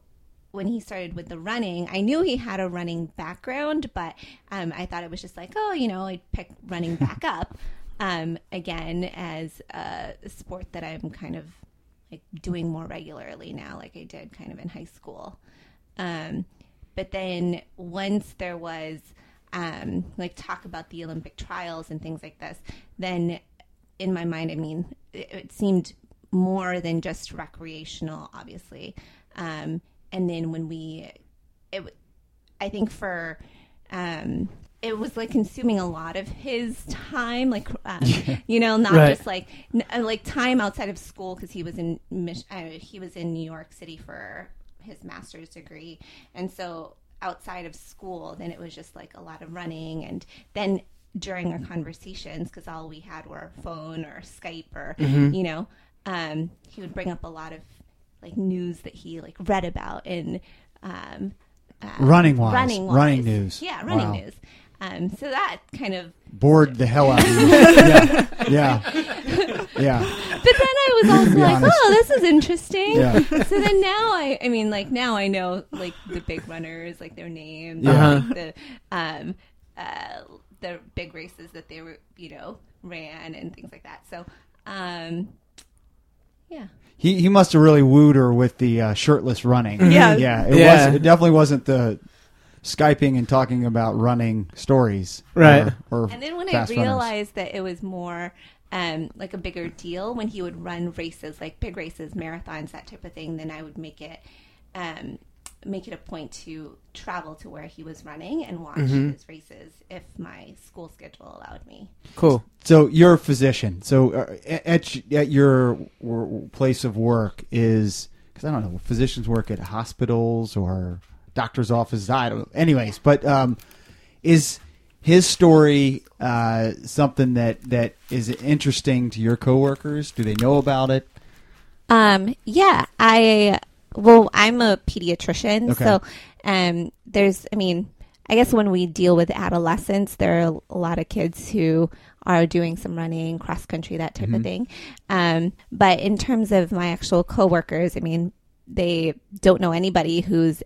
when he started with the running, I knew he had a running background, but um, I thought it was just like, oh, you know, I'd pick running back up um, again as a sport that I'm kind of like doing more regularly now, like I did kind of in high school. Um, but then once there was um, like talk about the Olympic trials and things like this, then in my mind, I mean, it, it seemed more than just recreational, obviously. Um, and then when we, it, w- I think for, um, it was like consuming a lot of his time, like um, you know, not
Right.
just like n- uh, like time outside of school because he was in Mich- uh, he was in New York City for his master's degree, and so outside of school, then it was just like a lot of running, and then during our conversations because all we had were phone or Skype or
Mm-hmm.
you know, um, he would bring up a lot of like news that he like read about and um, uh,
Running-wise.
running
Running news.
yeah, running
Wow.
news. Um, so that kind of
Bored the hell out of
[LAUGHS]
you. yeah. Yeah. Yeah.
but
[LAUGHS]
then I was also
be
like,
honest.
oh, this is interesting.
Yeah.
[LAUGHS] So then now I, I mean, like now I know like the big runners, like their names,
Yeah.
and, like, the um, uh, the big races that they were, you know, ran and things like that. So, um, yeah,
He he must have really wooed her with the uh, shirtless running.
Yeah.
yeah. It
Yeah.
was. It definitely wasn't the skyping and talking about running stories.
Right.
Or, or
and then when I
fast runners.
realized that it was more. Um, like a bigger deal when he would run races, like big races, marathons, that type of thing. Then I would make it, um, make it a point to travel to where he was running and watch
Mm-hmm.
his races if my school schedule allowed me.
Cool.
So you're a physician. So uh, at at your w- w- place of work is because I don't know physicians work at hospitals or doctors' offices. I don't. Anyways, but um, is his story uh, something that that is interesting to your coworkers? Do they know about it?
Um, yeah, I well, I'm a pediatrician,
Okay.
so um, there's, I mean, I guess when we deal with adolescents, there are a lot of kids who are doing some running, cross country, that type
Mm-hmm.
of thing. Um, but in terms of my actual coworkers, I mean, they don't know anybody who's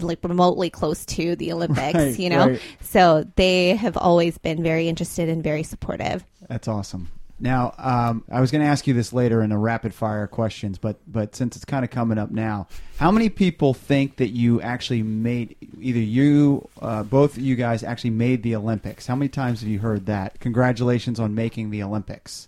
like remotely close to the Olympics,
Right,
you know.
right.
So they have always been very interested and very supportive.
That's awesome. Now, um, I was going to ask you this later in the rapid fire questions, but but since it's kind of coming up now, how many people think that you actually made either you uh, both you guys actually made the Olympics? How many times have you heard that? Congratulations on making the Olympics.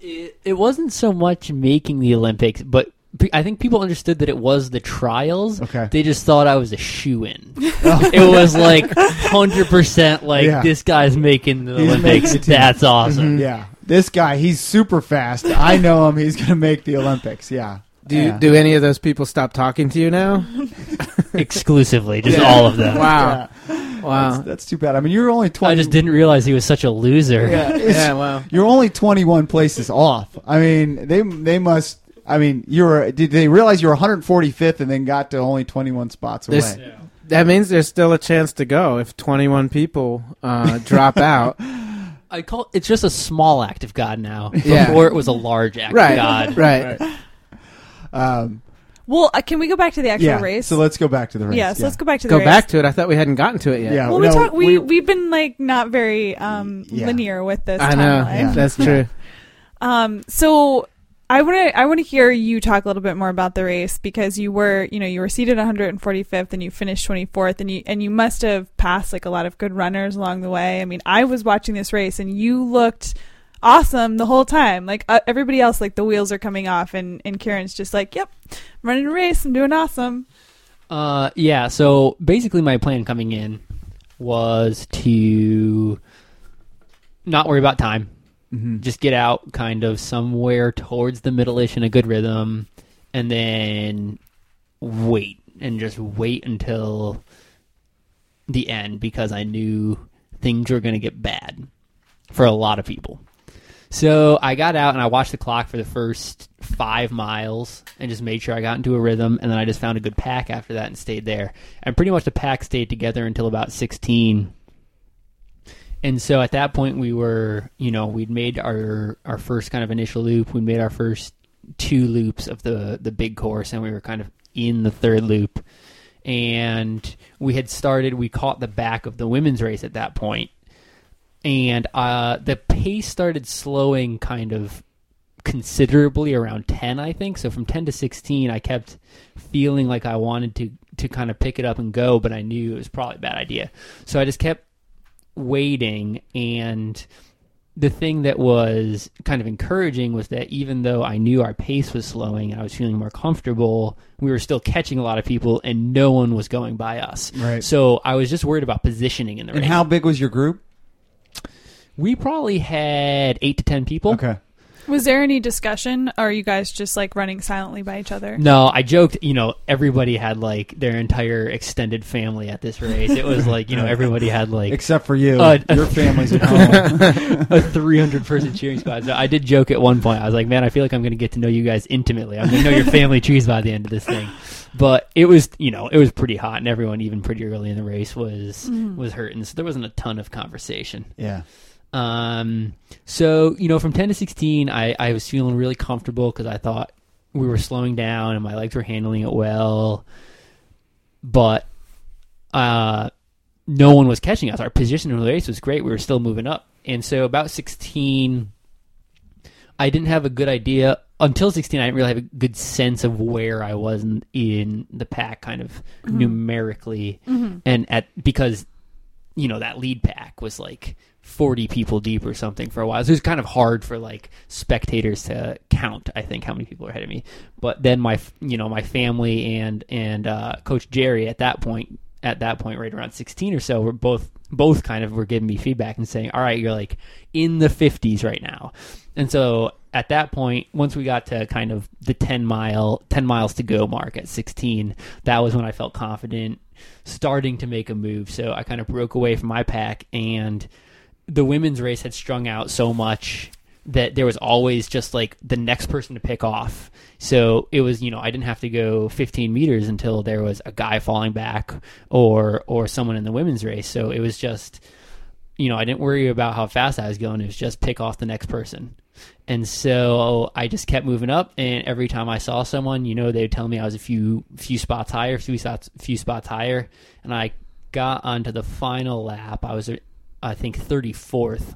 it, it wasn't so much making the Olympics, but pe- I think people understood that it was the trials.
Okay.
They just thought I was a
[LAUGHS]
shoe in. it was like 100% like,
Yeah.
this guy's making the
He's making
Olympics.
the team. Mm-hmm.
That's
Mm-hmm.
awesome.
Yeah, this guy, he's super fast. I know him. He's going to make the Olympics. Yeah.
Do you,
Yeah.
do any of those people stop talking to you now?
Exclusively, just all of them.
Wow,
That's,
wow,
that's too bad. I mean, you're only twenty.
I just didn't realize he was such a
[LAUGHS]
loser.
yeah, wow.
You're only 21 places off. I mean, they they must. I mean, you were. Did they realize you were 145th and then got to only 21 spots away?
There's- That means there's still a chance to go if 21 people uh, [LAUGHS] drop out.
I call it's just a small act of God now.
Yeah.
Before it was a large act
Right,
of God.
right.
Um,
Well, uh, can we go back to the actual
yeah.
race?
So let's go back to the race.
yeah, so let's go back to the
Go
race.
back to it. I thought we hadn't gotten to it yet.
Yeah.
Well, we
No,
talk,
we-
we we've been like not very um,
Yeah.
linear with this
I know.
timeline.
That's true.
Um, so I want to I want to hear you talk a little bit more about the race because you were you know you were seated 145th and you finished 24th and you and you must have passed like a lot of good runners along the way. I mean, I was watching this race and you looked awesome the whole time. Like uh, everybody else, like the wheels are coming off and and Karen's just like, "Yep, I'm running a race. I'm doing awesome."
Uh, yeah. So basically, my plan coming in was to not worry about time, just get out kind of somewhere towards the middle-ish in a good rhythm, and then wait and just wait until the end because I knew things were going to get bad for a lot of people. So I got out and I watched the clock for the first five miles and just made sure I got into a rhythm. And then I just found a good pack after that and stayed there. And pretty much the pack stayed together until about 16. And so at that point, we were, you know, we'd made our, our first kind of initial loop. We made our first two loops of the, the big course and we were kind of in the third loop. And we had started, we caught the back of the women's race at that point and uh, the pace started slowing kind of considerably around 10 i think so from 10 to 16 i kept feeling like i wanted to to kind of pick it up and go but i knew it was probably a bad idea so i just kept waiting and the thing that was kind of encouraging was that even though I knew our pace was slowing and I was feeling more comfortable, we were still catching a lot of people and no one was going by us.
Right.
So I was just worried about positioning in the
And
race.
how big was your group?
We probably had eight to ten people.
Okay.
Was there any discussion? Or are you guys just like running silently by each other?
No, I joked, you know, everybody had like their entire extended family at this race. It was like, you know, everybody had like
Except for you.
Uh,
your family's
[LAUGHS]
at home.
a 300 person cheering squad. So I did joke at one point. I was like, man, I feel like I'm going to get to know you guys intimately. I'm going to know your family trees by the end of this thing. But it was, you know, it was pretty hot and everyone even pretty early in the race was was hurting. So there wasn't a ton of conversation.
yeah.
Um, so you know, from ten to sixteen, I I was feeling really comfortable because I thought we were slowing down and my legs were handling it well, but uh, no one was catching us. Our position in the race was great. We were still moving up, and so about sixteen, I didn't have a good idea until sixteen. I didn't really have a good sense of where I was in, in the pack, kind of numerically, and at because you know that lead pack was like 40 people deep or something for a while so it was kind of hard for like spectators to count i think how many people are ahead of me but then my f- you know my family and and uh, coach jerry at that point at that point right around 16 or so were both both kind of were giving me feedback and saying all right you're like in the 50s right now and so at that point once we got to kind of the 10 mile 10 miles to go mark at 16 that was when i felt confident starting to make a move. So I kind of broke away from my pack, and the women's race had strung out so much that there was always just like the next person to pick off. So it was, you know, I didn't have to go 15 meters until there was a guy falling back or or someone in the women's race. So it was just you know, I didn't worry about how fast I was going. It was just pick off the next person. And so I just kept moving up. And every time I saw someone, you know, they'd tell me I was a few few spots higher, few spots, few spots higher. And I got onto the final lap. I was, I think, thirty fourth.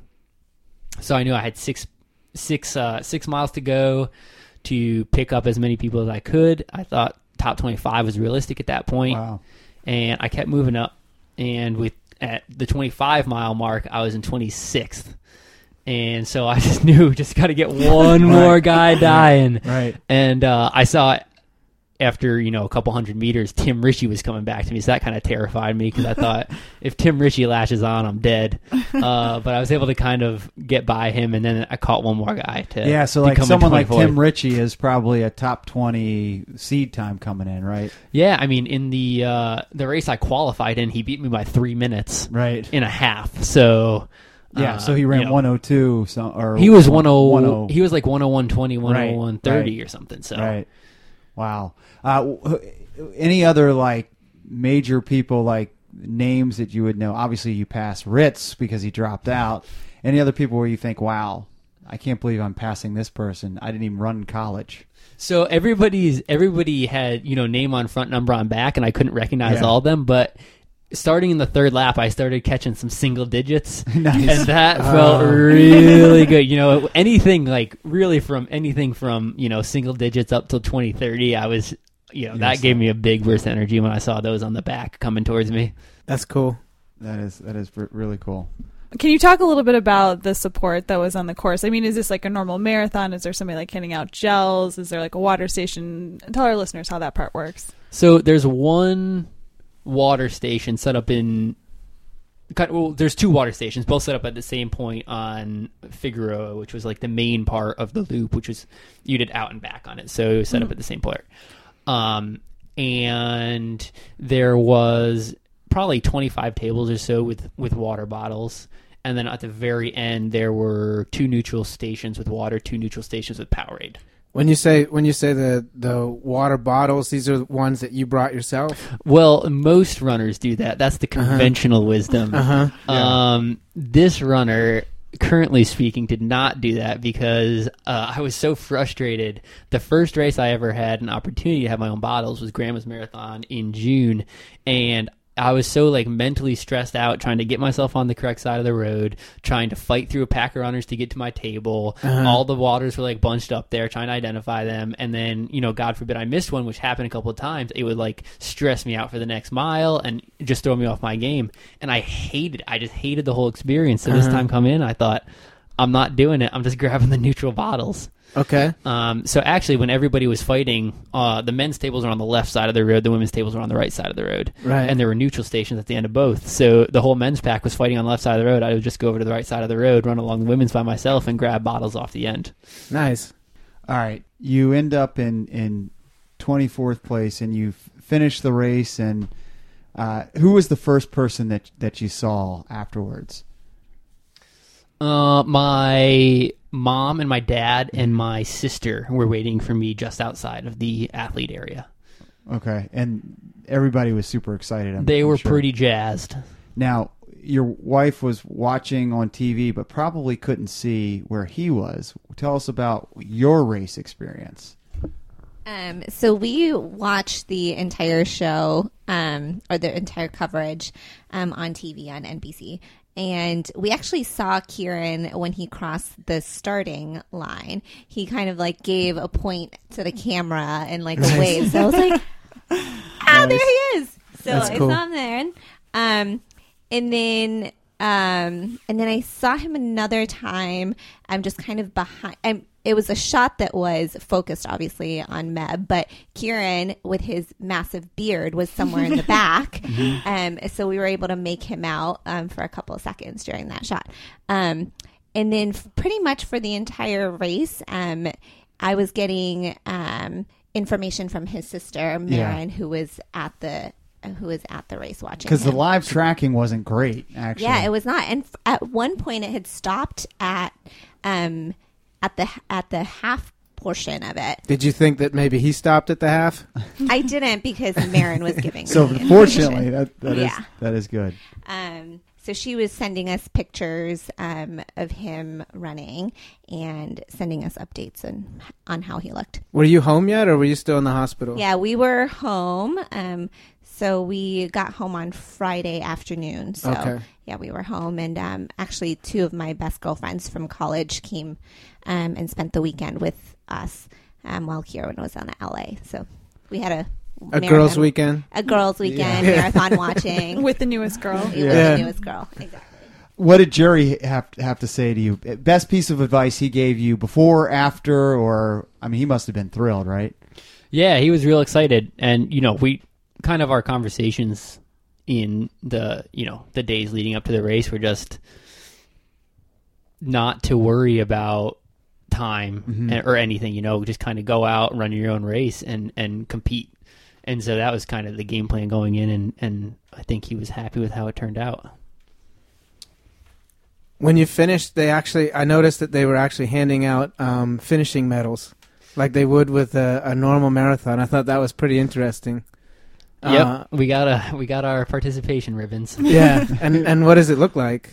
So I knew I had six six uh, six miles to go to pick up as many people as I could. I thought top twenty five was realistic at that point
Wow.
and I kept moving up. And with at the 25 mile mark, I was in 26th, and so I [LAUGHS] just knew just got to get one more guy dying.
Right.
And uh, I saw after you know a couple hundred meters, Tim Ritchie was coming back to me, so that kind of terrified me because I thought if Tim Ritchie lashes on,
[LAUGHS]
I'm dead. Uh, but I was able to kind of get by him, and then I caught one more guy to
Yeah, so
to
like
come in
someone like
24th.
Tim Ritchie is probably a top 20 seed time coming in, right?
Yeah, I mean in the uh, the race I qualified in, he beat me by three minutes.
Right.
in a half. So
yeah,
uh,
so he ran
you know,
102 so, or
He was
one-
10,
10.
He was like 10120,
Right,
10130
right.
or something. So
Right. Wow. Uh, wh- any other like major people like names that you would know? Obviously, you pass Ritz because he dropped out. Any other people where you think, wow, I can't believe I'm passing this person. I didn't even run in college.
So everybody's everybody had you know name on front, number on back, and I couldn't recognize
Yeah.
all of them, but. starting in the third lap, I started catching some single digits,
[LAUGHS] Nice. Oh.
and that
[LAUGHS]
felt really good. You know, anything like really from anything from you know single digits up till twenty thirty, I was. You know, that gave me a big burst of energy when I saw those on the back coming towards me.
That's cool.
That is that is re- really cool.
Can you talk a little bit about the support that was on the course? I mean, is this like a normal marathon? Is there somebody like handing out gels? Is there like a water station? Tell our listeners how that part works.
So there's one water station set up in. cut- Well, there's two water stations, both set up at the same point on Figueroa, which was like the main part of the loop, which was you did out and back on it. So it was set up at the same part. Um, and there was probably 25 tables or so with, with water bottles. And then at the very end, there were two neutral stations with water, two neutral stations with Powerade.
When you say when you say the the water bottles, these are ones that you brought yourself.
Well, most runners do that. That's the conventional wisdom. Um, this runner, currently speaking, did not do that because uh, I was so frustrated. The first race I ever had an opportunity to have my own bottles was Grandma's Marathon in June, and I was so like mentally stressed out trying to get myself on the correct side of the road, trying to fight through a pack of runners to get to my table. All the waters were like bunched up there, trying to identify them. And then, you know, God forbid I missed one, which happened a couple of times. It would like stress me out for the next mile and just throw me off my game. And I hated, I just hated the whole experience. So this time come in, I thought, I'm not doing it. I'm just [LAUGHS] grabbing the neutral bottles.
Okay.
Um, so actually, when everybody was fighting, uh, the men's tables are on the left side of the road, the women's tables are on the right side of the road,
Right.
and there were neutral stations at the end of both. So the whole men's pack was fighting on the left side of the road. I would just go over to the right side of the road, run along the women's by myself, and grab bottles off the end.
Nice.
All right, you end up in in twenty fourth place, and you f- finish the race. And uh, who was the first person that that you saw afterwards?
Uh, my mom and my dad and my sister were waiting for me just outside of the athlete area.
Okay, and everybody was super excited. I'm,
They
I'm
were
sure.
pretty jazzed.
Now, your wife was watching on TV, but probably couldn't see where he was. Tell us about your race experience.
Um, so we watched the entire show um, or the entire coverage um, on TV on NBC. And we actually saw Kieran when he crossed the starting line. He kind of like gave a point to the camera and like a wave. So I
[LAUGHS]
was like, ah, there he is. So
That's
I
cool.
saw him there. Um, and then um, and then I saw him another time. I'm just kind of behind. I'm, it was a shot that was focused, obviously, on Meb, but Kieran with his massive beard was somewhere in the back. Um, so we were able to make him out um, for a couple of seconds during that shot. Um, and then, f- pretty much for the entire race, um, I was getting um, information from his sister Marin, who was at the who was at the race watching.
Because the
him.
live tracking wasn't great, actually.
Yeah, it was not. And f- at one point, it had stopped at um at the at the half portion of it.
Did you think that maybe he stopped at the half?
[LAUGHS]
I didn't because Marin was
[LAUGHS]
giving.
so
me
fortunately,
information.
that, that is
Yeah.
that is good.
Um, so she was sending us pictures um, of him running and sending us updates on on how he looked.
Were you home yet, or were you still in the hospital?
Yeah, we were home. Um, so we got home on Friday afternoon. So
Okay.
yeah, we were home, and um, actually, two of my best girlfriends from college came um, and spent the weekend with us um, while Kieran was on LA. So we had a
A
marathon-
girls' weekend.
a girls' weekend
[LAUGHS]
marathon watching
With the newest girl.
You were
Yeah.
the newest girl. Exactly.
What did Jerry have have to say to you? Best piece of advice he gave you before, after, or I mean, he must have been thrilled, right?
Yeah, he was real excited, and you know, we kind of our conversations in the you know the days leading up to the race were just not to worry about time and- or anything. You know, just kind of go out, run your own race, and and compete. And so that was kind of the game plan going in, and and I think he was happy with how it turned out.
When you finished, they actually I noticed that they were actually handing out um, finishing medals, like they would with a, a normal marathon. I thought that was pretty interesting. Uh,
yep, we got a we got our participation ribbons.
[LAUGHS] yeah. And and what does it look like?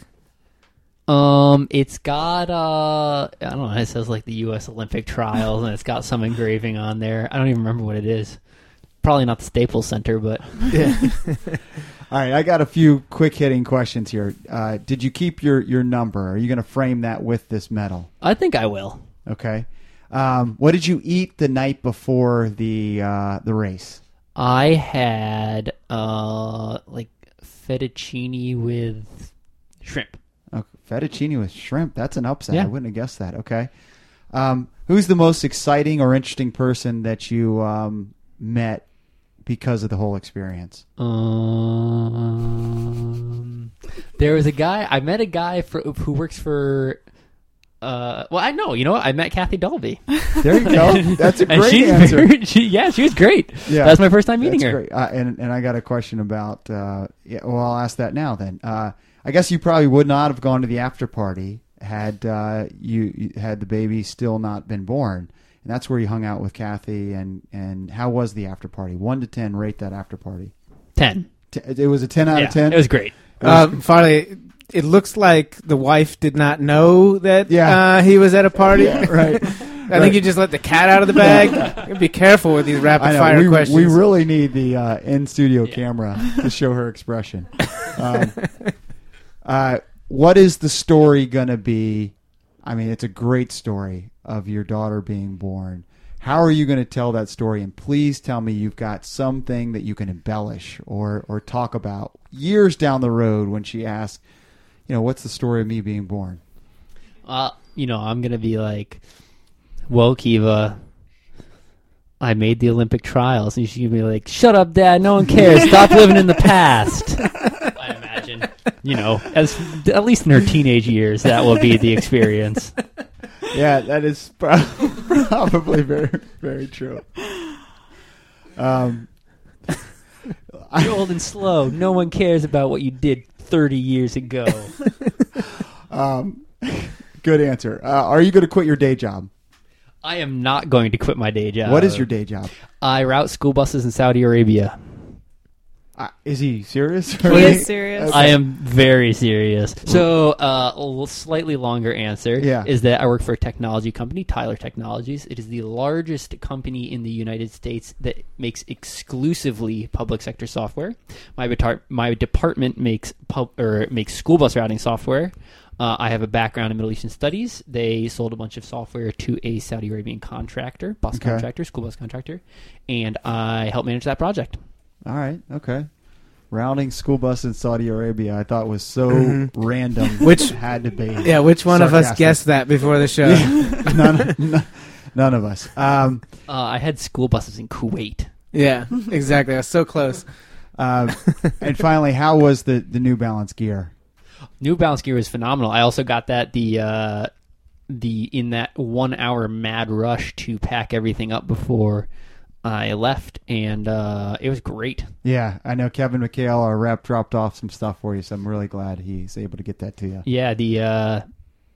Um, it's got uh, I don't know. It says like the U.S. Olympic trials, and it's got some engraving on there. I don't even remember what it is. probably not the Staples Center, but
All right, I got a few quick hitting questions here. Uh, did you keep your your number? Are you going to frame that with this medal?
I think I will.
Okay. Um, what did you eat the night before the uh, the race?
I had uh like fettuccine with shrimp.
Oh, fettuccine with shrimp. That's an upset.
Yeah.
I wouldn't have guessed that. Okay. Um, who's the most exciting or interesting person that you um, met because of the whole
[LAUGHS]
experience?
Um, there was a guy I met a guy for, who works for. Uh, well, I know you know what? I met Kathy Dolby,
There you go. [LAUGHS] That's a
and
great
she's [LAUGHS]
answer.
very- she, yeah, she was great.
Yeah.
Yeah, that was my first time meeting
That's
her.
great. Uh, and and I got a question about. Uh, yeah, well, I'll ask that now then. Uh, I guess you probably would not have gone to the after party had uh, you you- had the baby still not been born. And that's where you hung out with Kathy. And, and how was the after party? One to ten, rate that after party.
Ten
T- it was a ten out
yeah,
of ten.
It was great.
Um, finally, it looks like the wife did not know that
Yeah.
uh, he was at a party.
right.
[LAUGHS]
I think you just let the cat out of the bag. Be careful with these rapid
I know.
fire
we,
questions.
we really need the uh, in studio camera [LAUGHS] to show her expression. Um, uh, what is the story going to be? I mean, it's a great story of your daughter being born. How are you going to tell that story? And please tell me you've got something that you can embellish or or talk about years down the road when she asks, you know, what's the story of me being born?
Uh, you know, I'm gonna be like, well, Kiva, I made the Olympic trials, and she's gonna be like, shut up, Dad. No
[LAUGHS]
one cares. Stop living in the [LAUGHS] past. I imagine. You know, as at least in her teenage years, that will be the experience.
[LAUGHS] yeah, that is prob- [LAUGHS] probably very very true. Um,
You're old and slow. No one cares about what you did 30 years ago.
um, good answer. Uh, are you going to quit your day job?
[LAUGHS] I am not going to quit my day job.
Uh,
what is your day job?
I route school buses in Saudi Arabia.
Uh, is he serious?
He is serious.
I am very serious. So, uh, a l- slightly longer answer
Yeah.
is that I work for a technology company, Tyler Technologies. It is the largest company in the United States that makes exclusively public sector software. My, betar- my department makes pub- or makes school bus routing software. Uh, I have a background in Middle Eastern studies. They sold a bunch of software to a Saudi Arabian contractor, bus
Okay.
contractor, school bus contractor, and I help manage that project.
All right. Okay. Rounding school bus in Saudi Arabia, I thought was so random.
Mm-hmm. [LAUGHS] Which-
it had to be?
yeah, which one of us
Sarcastic.
guessed that before the show?
none, none, none of us. Um,
Uh, I had school buses in Kuwait.
Yeah, exactly. I was so close. [LAUGHS]
um, and finally, how was the the New Balance gear?
New Balance gear was phenomenal. I also got that the uh, the in that one hour mad rush to pack everything up before I left, and uh, it was great.
Yeah, I know Kevin McHale, our rep, dropped off some stuff for you, so I'm really glad he's able to get that to you.
Yeah, the uh,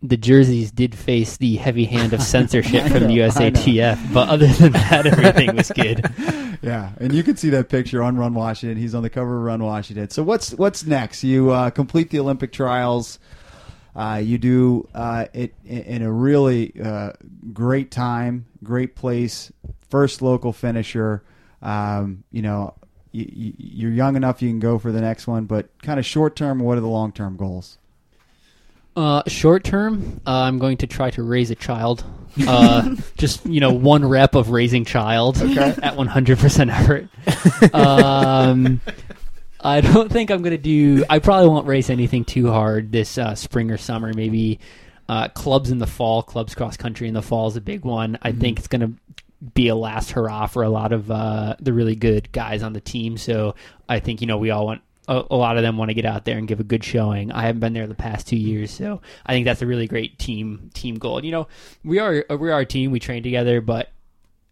the jerseys did face the
[LAUGHS]
heavy hand of censorship from the
know, I know.
USATF, but other than that, everything was good.
[LAUGHS] Yeah, and you can see that picture on Run Washington. He's on the cover of Run Washington. So what's what's next? You uh, complete the Olympic trials. Uh, you do uh, it in- in a really uh, great time, great place. First local finisher. Um, you know, you, you, you're young enough you can go for the next one, but kind of short term. What are the long term goals?
Uh, short term, uh, I'm going to try to raise a child. Uh, just you know, one rep of raising child [LAUGHS] at 100 percent effort. Um, I don't think I'm going to do. I probably won't race anything too hard this uh, spring or summer. Maybe uh, clubs in the fall, clubs cross country in the fall is a big one. I think it's going to be a last hurrah for a lot of uh, the really good guys on the team. So I think you know we all want. A, a lot of them want to get out there and give a good showing. I haven't been there the past two years, so I think that's a really great team team goal. And, you know, we are we are a team. We train together, but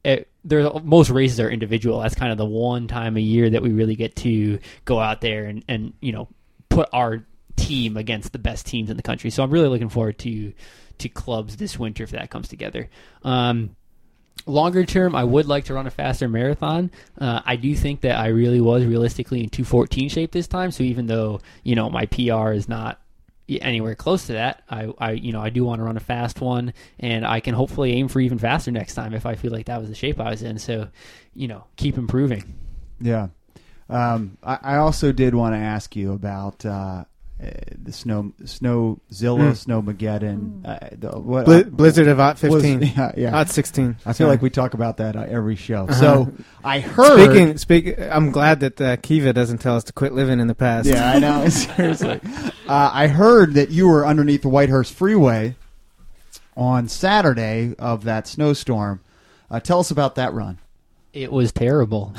it, there most races are individual. That's kind of the one time a year that we really get to go out there and and you know put our team against the best teams in the country. So I'm really looking forward to to clubs this winter if that comes together. Um, longer term, I would like to run a faster marathon. Uh, I do think that I really was realistically in 214 shape this time. So even though you know my PR is not y- anywhere close to that, I, I you know I do want to run a fast one, and I can hopefully aim for even faster next time if I feel like that was the shape I was in. So, you know, keep improving.
Yeah. Um, I, I also did want to ask you about uh, uh, the snow, Snowzilla,
Hmm.
Snowmageddon. Uh, the, what,
Bli- Blizzard of Ot
was-
15.
yeah, yeah.
Ot 16.
I feel
Sorry. Uh-huh.
like we talk about that uh, every show. So I heard.
Speaking, speak. I'm glad that uh, Kiva doesn't tell us to quit living in the
[LAUGHS]
past.
Yeah, I know. [LAUGHS] Seriously, uh, I heard that you were underneath the Whitehurst Freeway on Saturday of that snowstorm. Uh, tell us about that run.
It was terrible.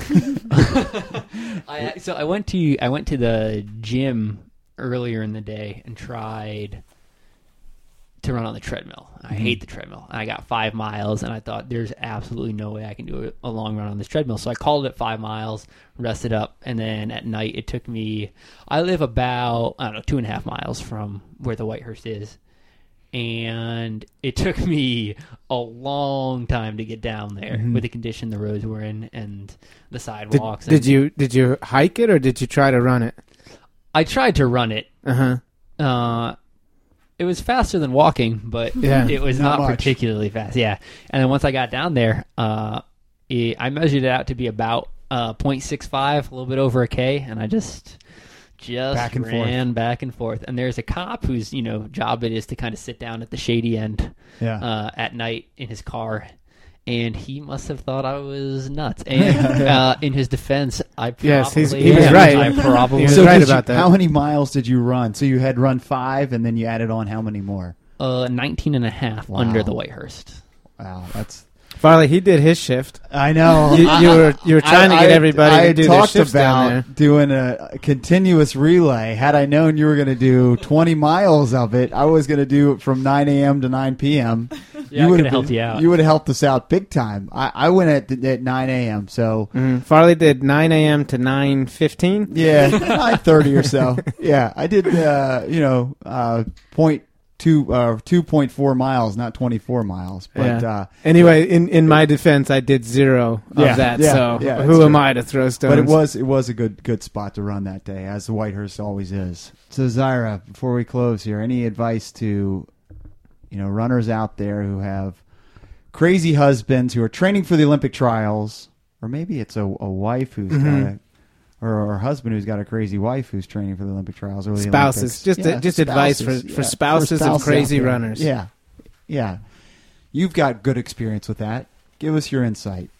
I, so I went to I went to the gym earlier in the day and tried to run on the treadmill. I
Mm-hmm.
hate the treadmill. I got five miles, and I thought there's absolutely no way I can do a a long run on this treadmill. So I called it five miles, rested up, and then at night it took me. I live about I don't know two and a half miles from where the Whitehurst is, and it took [LAUGHS] me a long time to get down there with the condition the roads were in and the
Mm-hmm. Did,
sidewalks.
did
and-
you did you hike it or did you try to run it?
I tried to run it.
Uh huh.
Uh, it was faster than walking, but
Yeah,
[LAUGHS] it was
not
not,
much.
particularly fast. Yeah, and then once I got down there, uh, it, I measured it out to be about uh, 0.65, a little bit over a k, and I just just
Back and forth.
ran back and forth. And there's a cop whose you know job it is to kind of sit down at the shady end
Yeah.
uh, at night in his car. And he must have thought I was nuts.
[LAUGHS]
And uh, in his defense, I probably
Yes, he's- [LAUGHS] he was
am.
right.
I
[LAUGHS]
probably
He was right
did you-
about that.
How many miles did you run? So you had run five, and then you added on how many more?
Uh, 19 and a half
Wow.
under the Whitehurst.
Wow, that's
Farley, he did
[LAUGHS]
his shift.
I know.
You, you were you were trying to
I-
get
I-
everybody
I
to do their
talked
shifts
about
down there.
doing a, a continuous relay. Had I known you were going to do 20 miles of it, I was going to do it from 9 a.m. to 9 p.m.
[LAUGHS] Yeah, I
would've
coulda helped
been-
you out.
You would have helped us out big time. I, I went at, the- at 9 a.m. So
Mm, Farley did 9 a.m. to 9:15. [LAUGHS]
yeah, 9:30 or so. Yeah, I did. Uh, you know, uh, point two uh, 2.4 miles, not 24 miles, but.
Yeah.
Uh,
Anyway, in, in my defense, I did zero of
Yeah,
that.
yeah,
so
yeah,
who
that's
am
true.
I to throw stones?
But it was it was a good good spot to run that day, as the Whitehurst always is. So Zyra, before we close here, any advice to you know runners out there who have crazy husbands who are training for the Olympic trials, or maybe it's a, a wife who's
Mm-hmm.
got a or, or a husband who's got a crazy wife who's training for the Olympic trials or the
Spouses.
Olympics.
Just- just advice for- for spouses of
out
crazy
there.
runners.
Yeah, yeah. You've got good experience with that. Give us your insight.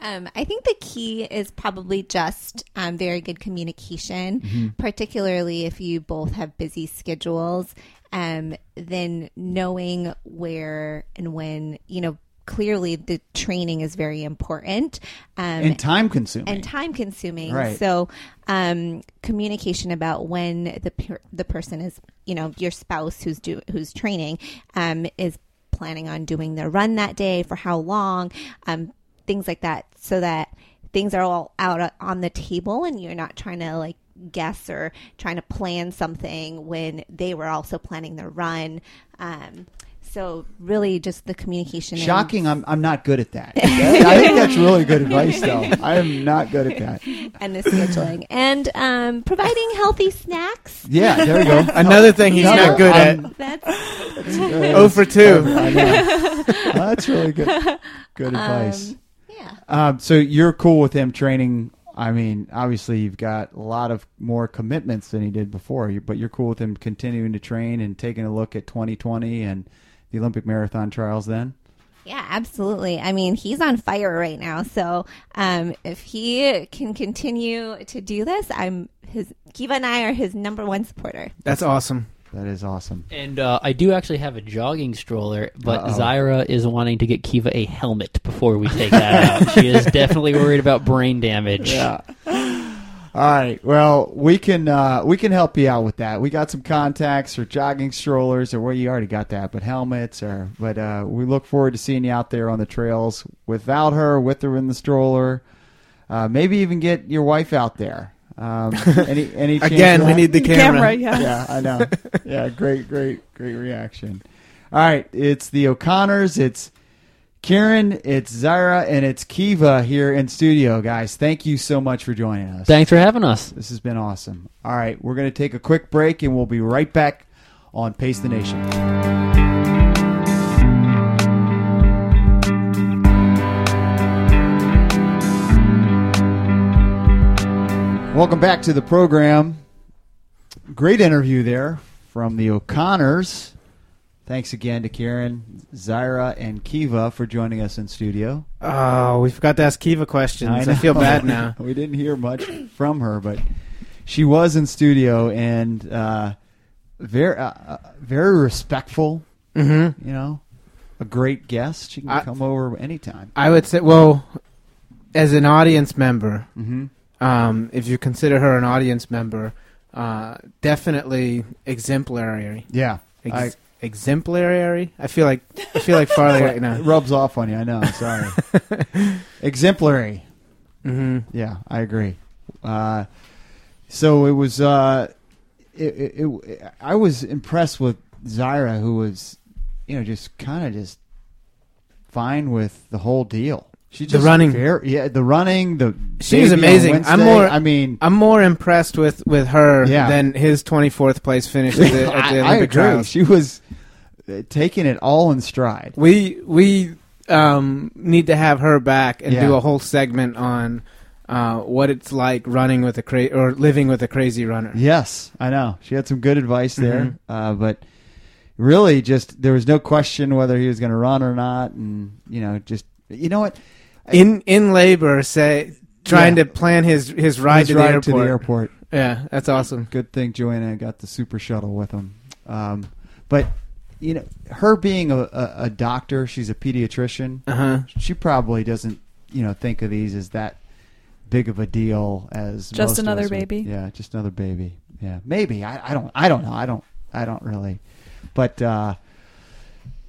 Um, I think the key is probably just um, very good communication, particularly if you both have busy schedules. Um, then knowing where and when, you know, clearly the training is very important. Um,
And time consuming.
and time consuming.
Right.
So, um, communication about when the per- the person is, you know, your spouse who's do who's training, um, is planning on doing their run that day for how long, um, things like that, so that things are all out uh, on the table and you're not trying to like guess or trying to plan something when they were also planning their run. Um, so really, just the communication. and-
Shocking. I'm I'm not good at that. I think that's really good advice, though. I am not good at that.
and the scheduling and um, providing healthy snacks.
[LAUGHS] Yeah, there you go.
[LAUGHS] another thing he's
Another-
not good at.
I'm-
That's
Oh for two.
I know. That's really good. Good advice.
yeah.
Um, so you're cool with him training. I mean, obviously you've got a lot of more commitments than he did before, you- but you're cool with him continuing to train and taking a look at 2020 and the Olympic marathon trials. Then,
Yeah, absolutely. I mean, he's on fire right now. So um, if he can continue to do this, I'm his Kiva and I are his number one supporter.
That's awesome.
that is awesome.
And uh, I do actually have a jogging stroller, but
Uh-oh.
Zyra is wanting to get Kiva a helmet before we take that out.
[LAUGHS]
She is definitely worried about brain damage.
Yeah. All right. Well, we can uh, we can help you out with that. We got some contacts or jogging strollers or well, you already got that, but helmets or but uh, we look forward to seeing you out there on the trails without her, with her in the stroller. Uh, maybe even get your wife out there.
[LAUGHS]
Um, any any chance
Again,
of
we
that?
need the camera.
yeah.
yeah, I know. Yeah, great, great, great reaction. All right, it's the O'Connors. It's Kieran, it's Zyra, and it's Kiva here in studio, guys. Thank you so much for joining us.
Thanks for having us.
This has been awesome. All right, we're going to take a quick break, and we'll be right back on Pace the Nation. Welcome back to the program. Great interview there from the O'Connors. Thanks again to Karen, Zyra, and Kiva for joining us in studio.
Oh, we forgot to ask Kiva questions. I, feel
know.
bad now.
[LAUGHS] we didn't hear much from her, but she was in studio and uh, very, uh, uh, very respectful. Mm-hmm. You know, a great guest. She can
I-
come over anytime.
I would say, well, as an audience member,
Mm-hmm.
um, if you consider her an audience member, uh, definitely exemplary.
Yeah,
Ex-
I-
exemplary. I feel like I feel like
[LAUGHS]
Farley right
it
now.
rubs off on you. I know. Sorry. Exemplary.
Mm-hmm.
Yeah, I agree. Uh, so it was. Uh, it, it, it, I was impressed with Zyra, who was, you know, just kind of just fine with the whole deal. She just
running.
very- yeah, the running. The
She was
baby on
amazing. I'm
Wednesday. [LAUGHS]
more.
I mean,
I'm more impressed with with her
Yeah.
than his 24th
[LAUGHS]
place finish at the, at
I,
the
I
Olympic
agree.
trials.
She was uh, taking it all in stride.
We we um, need to have her back and
Yeah.
do a whole segment on uh, what it's like running with a cra- or living with a crazy runner.
Yes, I know. She had some good advice there,
Mm-hmm.
uh, but really, just there was no question whether he was going to run or not, and you know, just you know what,
in in labor, say trying
Yeah.
to plan his his ride,
His
to, the
ride
airport.
to the airport.
Yeah, that's awesome.
Good thing Joanna got the super shuttle with him. Um, but you know, her being a, a, a doctor, she's a pediatrician.
Uh huh.
She probably doesn't, you know, think of these as that big of a deal as
Just
most of
another
us would.
baby?
Yeah, just another baby. Yeah, maybe. I, I don't. I don't know. I don't. I don't really. But uh,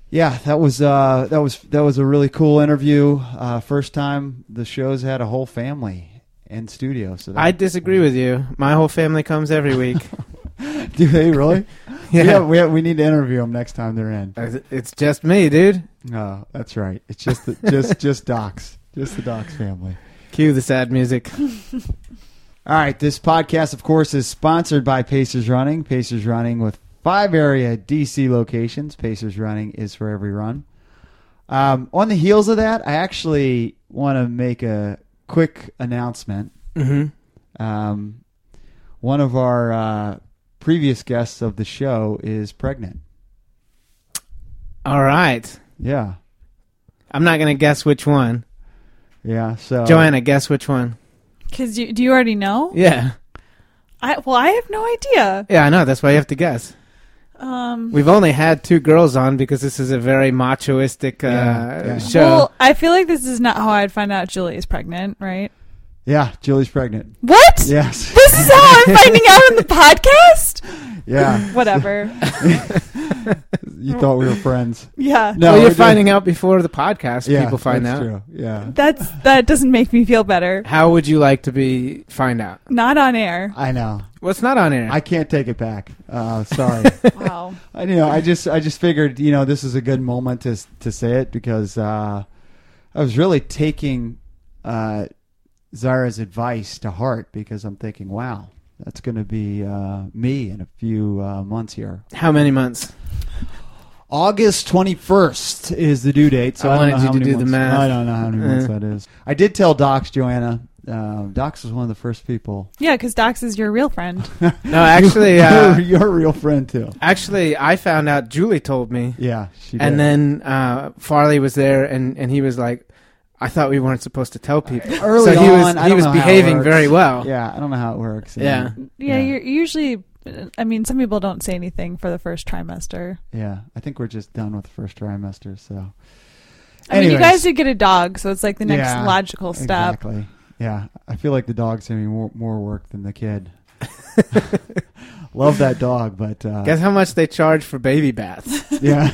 yeah, that was uh, that was that was a really cool interview. Uh, first time the show's had a whole family in studio. So that,
I disagree with you. My whole family comes every week.
[LAUGHS] do they really?
[LAUGHS] Yeah.
yeah we, we need to interview them next time they're in.
it's just me, dude.
No, that's right. It's just the, just just [LAUGHS] Docs, just the Docs family.
Cue the sad music.
All right, this podcast, of course, is sponsored by Pacers Running. Pacers Running with five area DC locations. Pacers Running is for every run. Um, on the heels of that, I actually want to make a quick announcement.
hmm
Um, one of our uh, previous guests of the show is pregnant.
All right.
Yeah,
I'm not gonna guess which one.
yeah. So
Joanna, guess which one.
Because you, do you already know?
Yeah.
I well, I have no idea.
Yeah, I know. That's why you have to guess.
Um,
We've only had two girls on because this is a very machoistic uh,
Yeah, yeah.
show.
well, I feel like this is not how I'd find out Julie is pregnant, right?
yeah, Julie's
[LAUGHS]
pregnant.
What?
Yes,
This is how I'm finding out on the podcast.
yeah.
[LAUGHS]
Whatever.
You thought we were friends.
Yeah.
No,
Well,
we
you're
didn't.
finding out before the podcast. people find
that's
out.
True. Yeah,
That's that doesn't make me feel better.
How would you like to be find out?
Not on
[LAUGHS]
air.
I know.
Well, it's not on air.
I can't take it back. Uh,
[LAUGHS]
sorry.
Wow.
I, you know, I just I just figured you know this is a good moment to to say it because uh, I was really taking uh, Zara's advice to heart because I'm thinking, wow, that's going to be uh, me in a few uh, months here.
How many months?
August 21st is the due date. So
I
I, don't
wanted
know
you
how
to
many
do the
months-
math.
I don't know how many months
Eh.
that is. I did tell Docs Joanna. Um, Docs was one of the first people.
Yeah, because Dox is your real friend.
[LAUGHS]
No, actually,
You're-
uh,
you're a real friend too.
actually, I found out. Julie told me,
Yeah, she did.
and then uh, Farley was there, and, and he was like, "I thought we weren't supposed to tell people."
[LAUGHS] Early
so he was
on, I
he
don't
was
know how it
behaving
works.
very well.
Yeah, I don't know how it works.
Oh. Yeah.
Yeah,
Yeah.
you're usually. I mean, some people don't say anything for the first trimester.
Yeah, I think we're just done with the first trimester. So,
I mean, you
Anyways.
guys did get a dog, so it's like the next
Yeah,
logical step.
exactly. Yeah, I feel like the dog's having more, more work than the kid. Love that dog, but uh,
Guess how much they charge for baby baths?
[LAUGHS] yeah,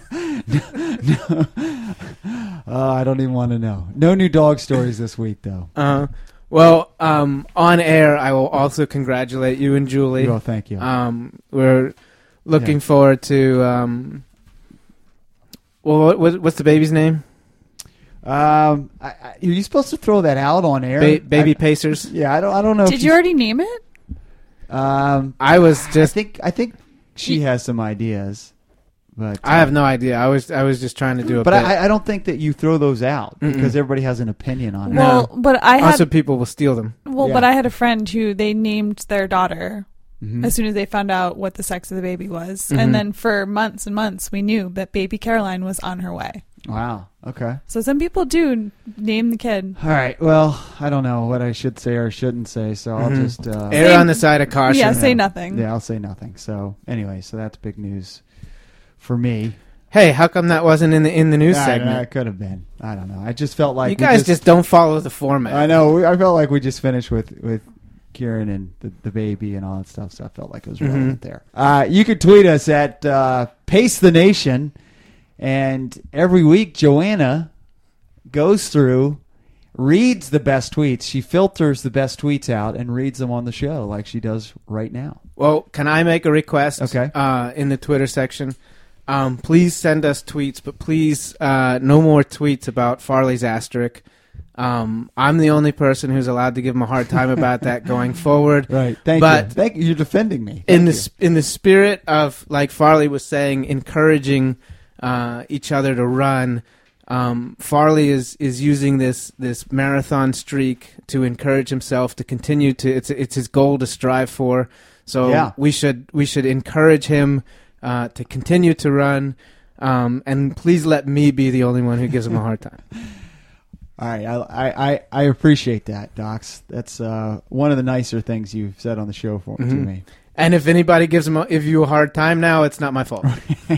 [LAUGHS] no, uh, I don't even want to know. No new dog stories this week, though.
Uh, well, um, on air, I will also congratulate you and Julie.
Oh, thank you.
Um, we're looking
Yeah.
forward to. Um, well, what, what, what's the baby's name?
Um, I, I, are you supposed to throw that out on air?
Ba- baby
I-
Pacers.
yeah, I don't. I don't know.
Did
if
you already name it?
Um,
I was
I
just.
think. I think she has some ideas, but
I have no idea. I was. I was just trying to do a.
But
bit.
I, I don't think that you throw those out because everybody has an opinion on it.
No.
Well, but I had
also people will steal them.
well,
yeah. Mm-hmm.
but I had a friend who they named their daughter as soon as they found out what the sex of the baby was, and then for months and months we knew that baby Caroline was on her way.
Wow. Okay.
So some people do name the kid.
All right. Well, I don't know what I should say or shouldn't say, so I'll
Mm-hmm.
just. Uh,
Err on the side of caution.
Yeah, say nothing.
Yeah, I'll say nothing. So anyway, so that's big news for me.
Hey, how come that wasn't in the in the news
I- I,
segment?
could have been. I don't know. I just felt like
you
we
guys just, don't follow the format.
I know. We, I felt like we just finished with with Kieran and the, the baby and all that stuff. So I felt like it was relevant there. Uh, you could tweet us at uh, Pace the Nation, and every week Joanna goes through. Reads the best tweets. She filters the best tweets out and reads them on the show, like she does right now.
Well, can I make a request?
Okay.
Uh, in the Twitter section, um, please send us tweets, but please uh, no more tweets about Farley's asterisk. Um, I'm the only person who's allowed to give him a hard time
[LAUGHS]
about that going forward.
Thank
but
you. Thank you. You're defending me.
in
Thank
the
you.
sp- in the spirit of like Farley was saying, encouraging uh, each other to run. Um, Farley is is using this this marathon streak to encourage himself to continue to. It's it's his goal to strive for. So
Yeah.
we should we should encourage him uh, to continue to run. Um, and please let me be the only one who gives him a
[LAUGHS]
hard time.
All right, I, I, I- I appreciate that, Docs. That's uh, one of the nicer things you've said on the show for to me.
And if anybody gives him a, if you a hard time now, it's not
[LAUGHS]
my fault.
All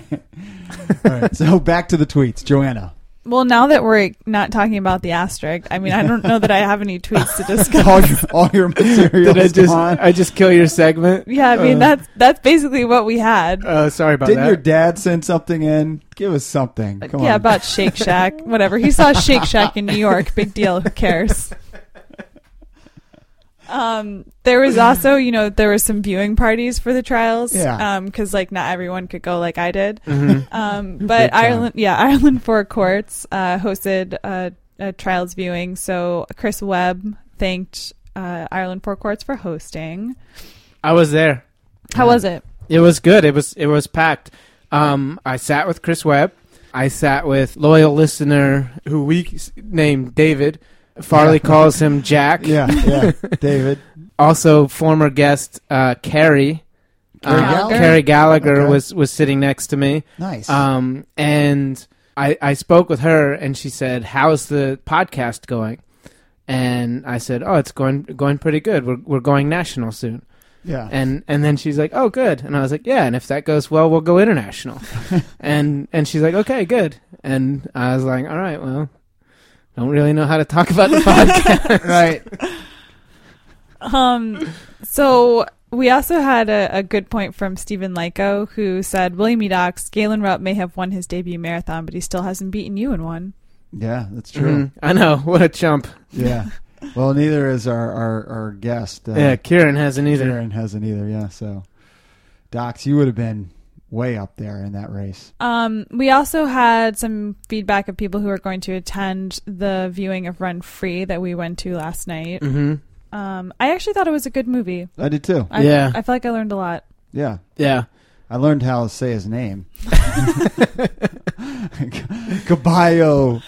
right, so back to the tweets, Joanna.
Well, now that we're not talking about the asterisk, I mean, I don't know that I have any
[LAUGHS]
tweets to discuss.
All your, all your material
[LAUGHS] Did I
is [LAUGHS]
just
gone.
I just kill your segment?
Yeah, I mean
Uh,
that's that's basically what we had.
Uh, sorry about
Didn't
that.
your dad send something in? Give us something. Come
yeah,
on.
about Shake Shack, whatever. He saw Shake Shack in New York. Big deal. Who cares? Um, there was also, you know, there were some viewing parties for the trials.
Yeah.
because like not everyone could go like I did.
Mhm.
Um,
Big
but
time.
Ireland, yeah, [LAUGHS] Ireland Four Courts uh, hosted a, a trials viewing. So Chris Webb thanked uh, Ireland Four Courts for hosting. Um,
I was there.
How was it?
It was good. It was it was packed. Um, I sat with Chris Webb. I sat with loyal listener who we s- named David. Farley
Yeah.
calls him
[LAUGHS]
Jack.
yeah,
[LAUGHS]
yeah. David,
Also, former guest uh, Carrie.
Carrie
Uh,
Gallagher?
Carrie Gallagher
Okay.
was was sitting next to me.
nice.
Um, and I, I spoke with her, and she said, "How's the podcast going?" And I said, "Oh, it's going going pretty good. We're we're going national soon."
yeah,
And and then she's like, "Oh, good." And I was like, "Yeah." And if that goes well, we'll
[LAUGHS]
go international. and and she's like, "Okay, good." And I was like, "All right, well, don't really know how to talk about the podcast,
[LAUGHS] right.
Um, so we also had a, a good point from Stephen Lyko, who said William Edox, Galen Rupp may have won his debut marathon, but he still hasn't beaten you in one.
Yeah, that's true.
Mhm. I know what a chump.
Yeah. Well, neither is our our, our guest. Uh,
yeah, Kieran hasn't either.
Kieran hasn't either. Yeah. So, Docs, you would have been way up there in that race.
Um, we also had some feedback of people who are going to attend the viewing of Run Free that we went to last night.
hmm
Um, I actually thought it was a good movie.
I did too.
I,
Yeah.
I feel like I learned a lot.
Yeah.
Yeah,
I learned how to say his name. [LAUGHS] Caballo.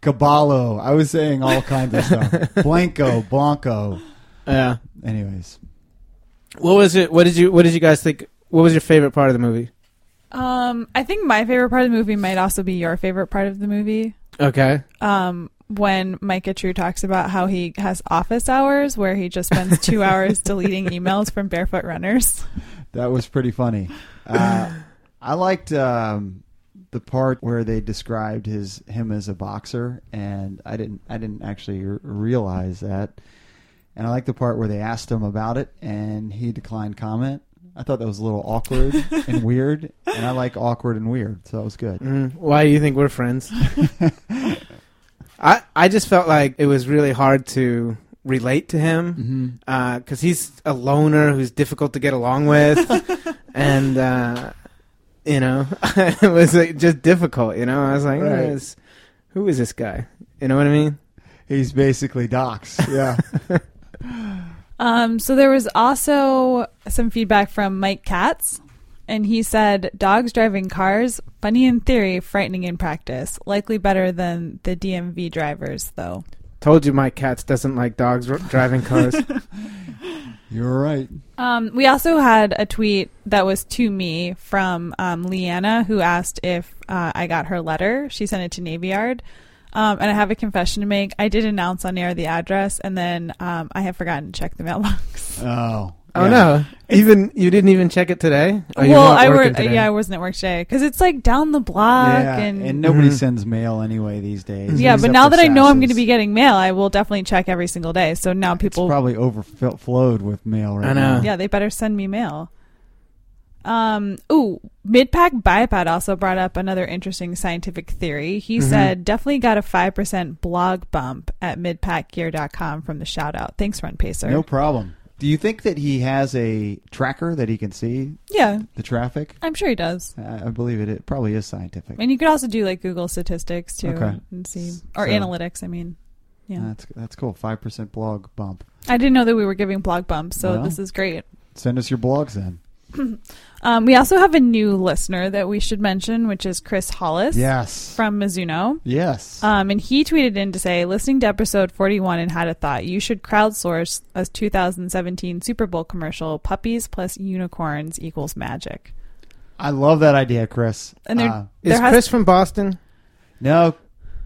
Caballo. I was saying all kinds of stuff. Blanco, Blanco.
yeah.
Anyways,
What was it? What did you What did you guys think? What was your favorite part of the movie?
Um, I think my favorite part of the movie might also be your favorite part of the movie.
Okay.
um, when Micah True talks about how he has office hours where he just spends two hours deleting emails from barefoot runners.
that was pretty funny. [LAUGHS] Uh, I liked um, the part where they described his him as a boxer, and I didn't I didn't actually r- realize that. And I like the part where they asked him about it, and he declined comment. I thought that was a little [LAUGHS] awkward and weird, and I like awkward and weird, so that was good.
Mm, why do you think
[LAUGHS]
we're friends? I I just felt like it was really hard to relate to him
Mm-hmm.
because Uh, he's a loner who's difficult to get
[LAUGHS]
along with, and [LAUGHS] uh, you know, it was like, just difficult. You know, I was like,
Right.
"Eh, it's- who is this guy? You know what I mean?
He's basically [LAUGHS] Docs. Yeah.
Um, so there was also some feedback from Mike Katz, and he said, "Dogs driving cars, funny in theory, frightening in practice. Likely better than the DMV drivers, though."
Told you my cats doesn't like dogs r-
[LAUGHS]
driving cars.
You're right.
Um, we also had a tweet that was to me from um, Leanna, who asked if uh, I got her letter. She sent it to Navy Yard. Um, and I have a confession to make. I did announce on air the address, and then um, I have forgotten to check the mailbox.
Oh.
Oh
yeah.
no! Even you didn't even check it today. Or Oh, you're
[LAUGHS] well,
not
I
working
wor-
today?
yeah, I wasn't at work today because it's like down the block,
Yeah, and,
and,
nobody
Mhm.
sends mail anyway these days.
yeah.
Except
But now
for
that I know I'm going to
Sasses.
be getting mail, I will definitely check every single day. So now people,
It's probably overflowed with mail right
I know.
now.
yeah, they better send me mail. Um, ooh, Midpack Bipod also brought up another interesting scientific theory. He
Mm-hmm.
said, definitely got a 5% blog bump at midpackgear.com from the shout out. Thanks, Run Pacer.
No problem. Do you think that he has a tracker that he can see
Yeah,
the traffic?
I'm sure he does.
I I believe it, it probably is scientific.
And you could also do like Google statistics too
Okay.
and see, or
So- Uh,
analytics, I mean. Yeah.
That's that's cool. Five percent blog bump.
I didn't know that we were giving blog bumps, so
Well.
this is great.
Send us your blogs then.
Um, we also have a new listener that we should mention, which is Chris Hollis
Yes.
from Mizuno.
yes.
Um, and he tweeted in to say, listening to episode 41 and had a thought. You should crowdsource a 2017 Super Bowl commercial, puppies plus unicorns equals magic.
I love that idea, Chris.
And they're-
Uh,
Is
there has-
Chris from Boston?
no,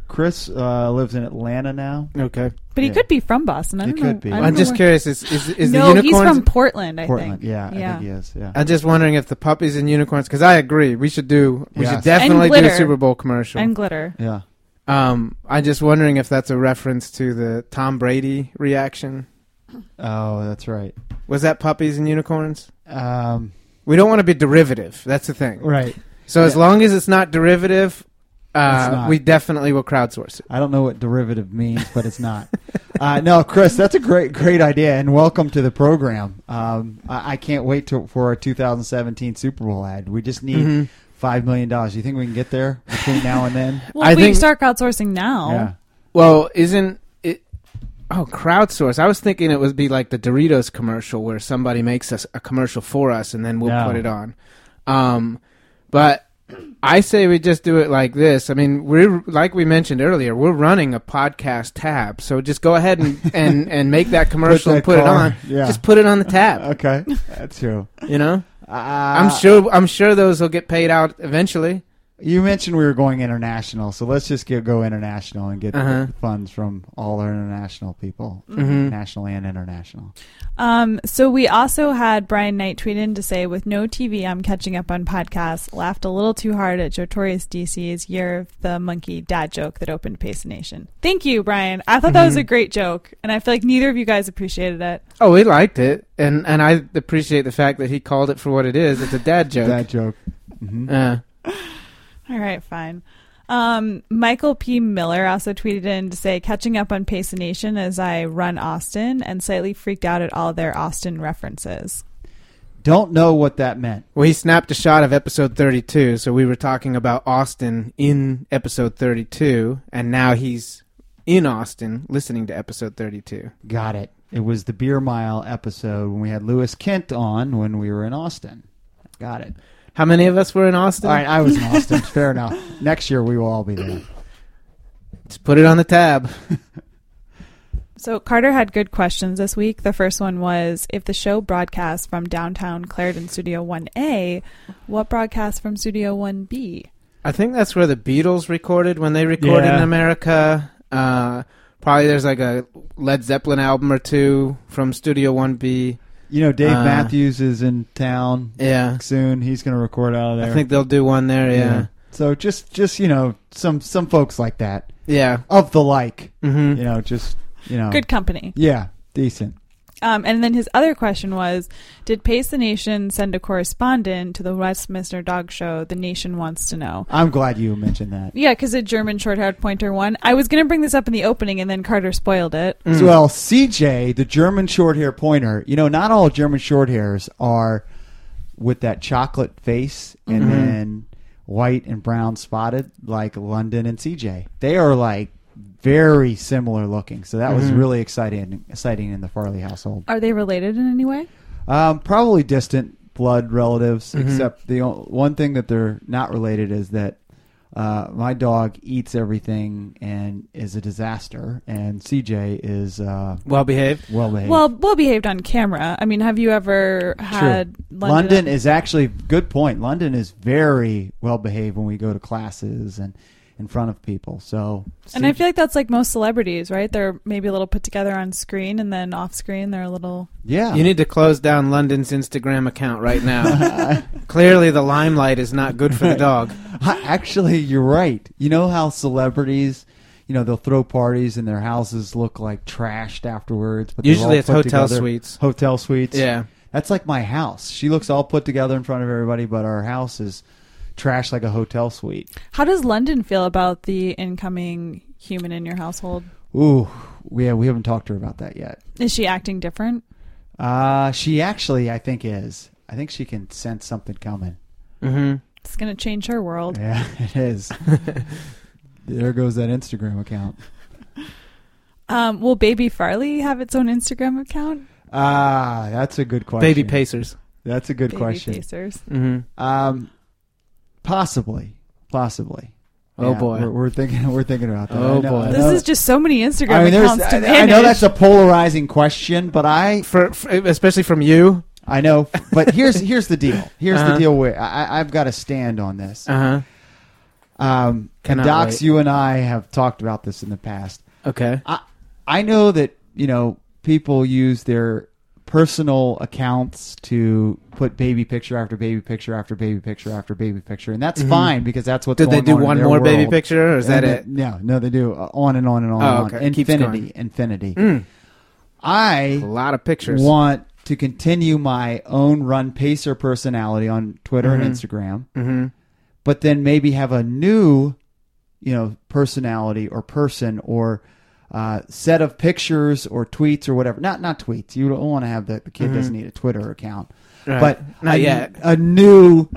Chris uh, lives in Atlanta now.
Okay,
But he
Yeah.
could be from Boston. I
He
don't know.
could be.
I don't
I'm
know
just
where-
curious. Is is, is
no,
the
he's
unicorns?
from Portland, I
Portland.
think.
Yeah, I think he is. Yeah.
I'm just wondering if the puppies and unicorns. Because I agree, we should do. We
Yes.
should definitely do a
glitter.
Super Bowl commercial.
And glitter.
yeah.
um, I'm just wondering if that's a reference to the Tom Brady reaction.
Oh, that's right.
Was that puppies and unicorns?
Um,
We don't want to be derivative. That's the thing.
right.
So as
Yeah.
long as it's not derivative, uh,
It's not.
we definitely will crowdsource it.
I don't know what derivative means, but it's not. [LAUGHS] uh, no, Chris, that's a great, great idea, and welcome to the program. Um, I, I can't wait to, for our 2017 Super Bowl ad. We just need
Mhm.
five million dollars. You think we can get there between now and
[LAUGHS]
then?
Well,
I
if we
think-
start crowdsourcing now.
Well, isn't it? Oh, crowdsource. I was thinking it would be like the Doritos commercial where somebody makes us a commercial for us and then we'll
No.
put it on. Um, but I say we just do it like this. I mean, we're like we mentioned earlier, we're running a podcast tab, so just go ahead
[LAUGHS]
and and, and make that commercial
that
and put it
car-
on.
yeah.
Just put it on the tab.
[LAUGHS] Okay, that's true.
You know,
Uh,
I'm sure I'm sure those will get paid out eventually.
you mentioned we were going international, so let's just get, go international and get
Uh-huh.
funds from all our international people,
Mhm.
national and international.
Um, so we also had Brian Knight tweet in to say, with no TV, I'm catching up on podcasts. Laughed a little too hard at Jotorius DC's year of the monkey dad joke that opened Pace Nation. Thank you, Brian. I thought that was a great joke, and I feel like neither of you guys appreciated it.
Oh, we liked it, and and I appreciate the fact that he called it for what it is. It's a
[LAUGHS]
dad joke.
That joke. hmm
Uh,
All right, fine. Um, Michael P. Miller also tweeted in to say, catching up on Pace Nation as I run Austin and slightly freaked out at all their Austin references.
Don't know what that meant.
well, he snapped a shot of episode 32, so we were talking about Austin in episode 32, and now he's in Austin listening to episode 32.
Got it. It was the beer mile episode when we had Lewis Kent on when we were in Austin. Got it.
How many of us were in Austin?
All right, I was in Austin. Fair
[LAUGHS]
enough. Next year we will all be there.
Let's put it on the tab.
So Carter had good questions this week. The first one was if the show broadcasts from downtown Clarendon Studio 1A, what broadcasts from Studio 1B?
I think that's where the Beatles recorded when they recorded
Yeah.
in America. Uh, probably there's like a Led Zeppelin album or two from Studio 1B.
You know, Dave
Uh,
Matthews is in town
Yeah.
soon. He's going to record out of there.
I think they'll do one there, yeah.
So just just you know some some folks like that
Yeah.
of the like.
Mm-hmm.
You know, just you know.
Good company.
Yeah, decent.
Um, and then his other question was Did Pace the Nation send a correspondent to the Westminster Dog Show? The Nation wants to know.
I'm glad you mentioned that.
Yeah, because a German short haired pointer won. I was going to bring this up in the opening, and then Carter spoiled it.
Mm.
So, well, CJ, the German short hair pointer. You know, not all German short hairs are with that chocolate face and
Mhm.
then white and brown spotted like London and CJ. They are like very similar looking. So that was really exciting exciting in the Farley household.
Are they related in any way?
Um, probably distant blood relatives, except the o- one thing that they're not related is that uh, my dog eats everything and is a disaster, and CJ is uh,
Well behaved.
well behaved.
Well, well behaved on camera. I mean, have you ever had
London, is actually good point. London is very well behaved when we go to classes and in front of people. So
and I feel like that's like most celebrities, right? They're maybe a little put together on screen, and then off screen they're a little.
yeah,
You need to close down London's Instagram account right
[LAUGHS]
now. Clearly, the limelight is not good for the dog.
I- Actually, you're right. You know how celebrities, you know, they'll throw parties and their houses look like trashed afterwards. But they're
Usually
all
it's
put
hotel
together-
suites.
Hotel suites.
Yeah.
That's like my house. She looks all put together in front of everybody, but our house is trashed like a hotel suite.
How does London feel about the incoming human in your household?
Ooh, yeah, we haven't talked to her about that yet.
Is she acting different?
Uh, she actually, I think, is. I think she can sense something coming. Mm-hmm.
It's gonna change her world.
[LAUGHS] Yeah, it
[LAUGHS]
is. there goes that Instagram account.
Um, will Baby Farley have its own Instagram account?
Ah, that's a good question.
Baby pacers.
That's a good
Baby
question.
Facers.
Mm-hmm.
Um, possibly, possibly.
Oh,
Yeah,
boy.
we're, we're thinking. We're thinking about that.
Oh,
I know-
boy.
I
This
know-
is just so many Instagram
I mean, there's.
accounts to
I,
manage.
I know that's a polarizing question, but I,
For, for especially from you.
I know. But here's here's the deal. Here's the
Uh-huh.
deal. Where I, I've got to stand on this.
Uh huh.
Um, and
Cannot
Docs,
wait.
you and I have talked about this in the past.
Okay.
I I know that you know people use their personal accounts to put baby picture after baby picture after baby picture after baby picture, and that's fine because that's what's
Mm-hmm. Did they
going
do
on in
one
their
more baby
world.
picture, or is that
And
it?
No, no, they do uh, on and on and on
Oh,
and
okay. Mm.
on.
It keeps
Infinity,
going.
infinity. I
A lot of pictures.
want to continue my own run pacer personality on Twitter and Instagram,
Mm-hmm.
but then maybe have a new, you know, personality or person or uh, set of pictures or tweets or whatever. Not not tweets. You don't want to have the, the kid doesn't need a Twitter account,
Mm-hmm. Right.
but
Not
a,
yet.
a new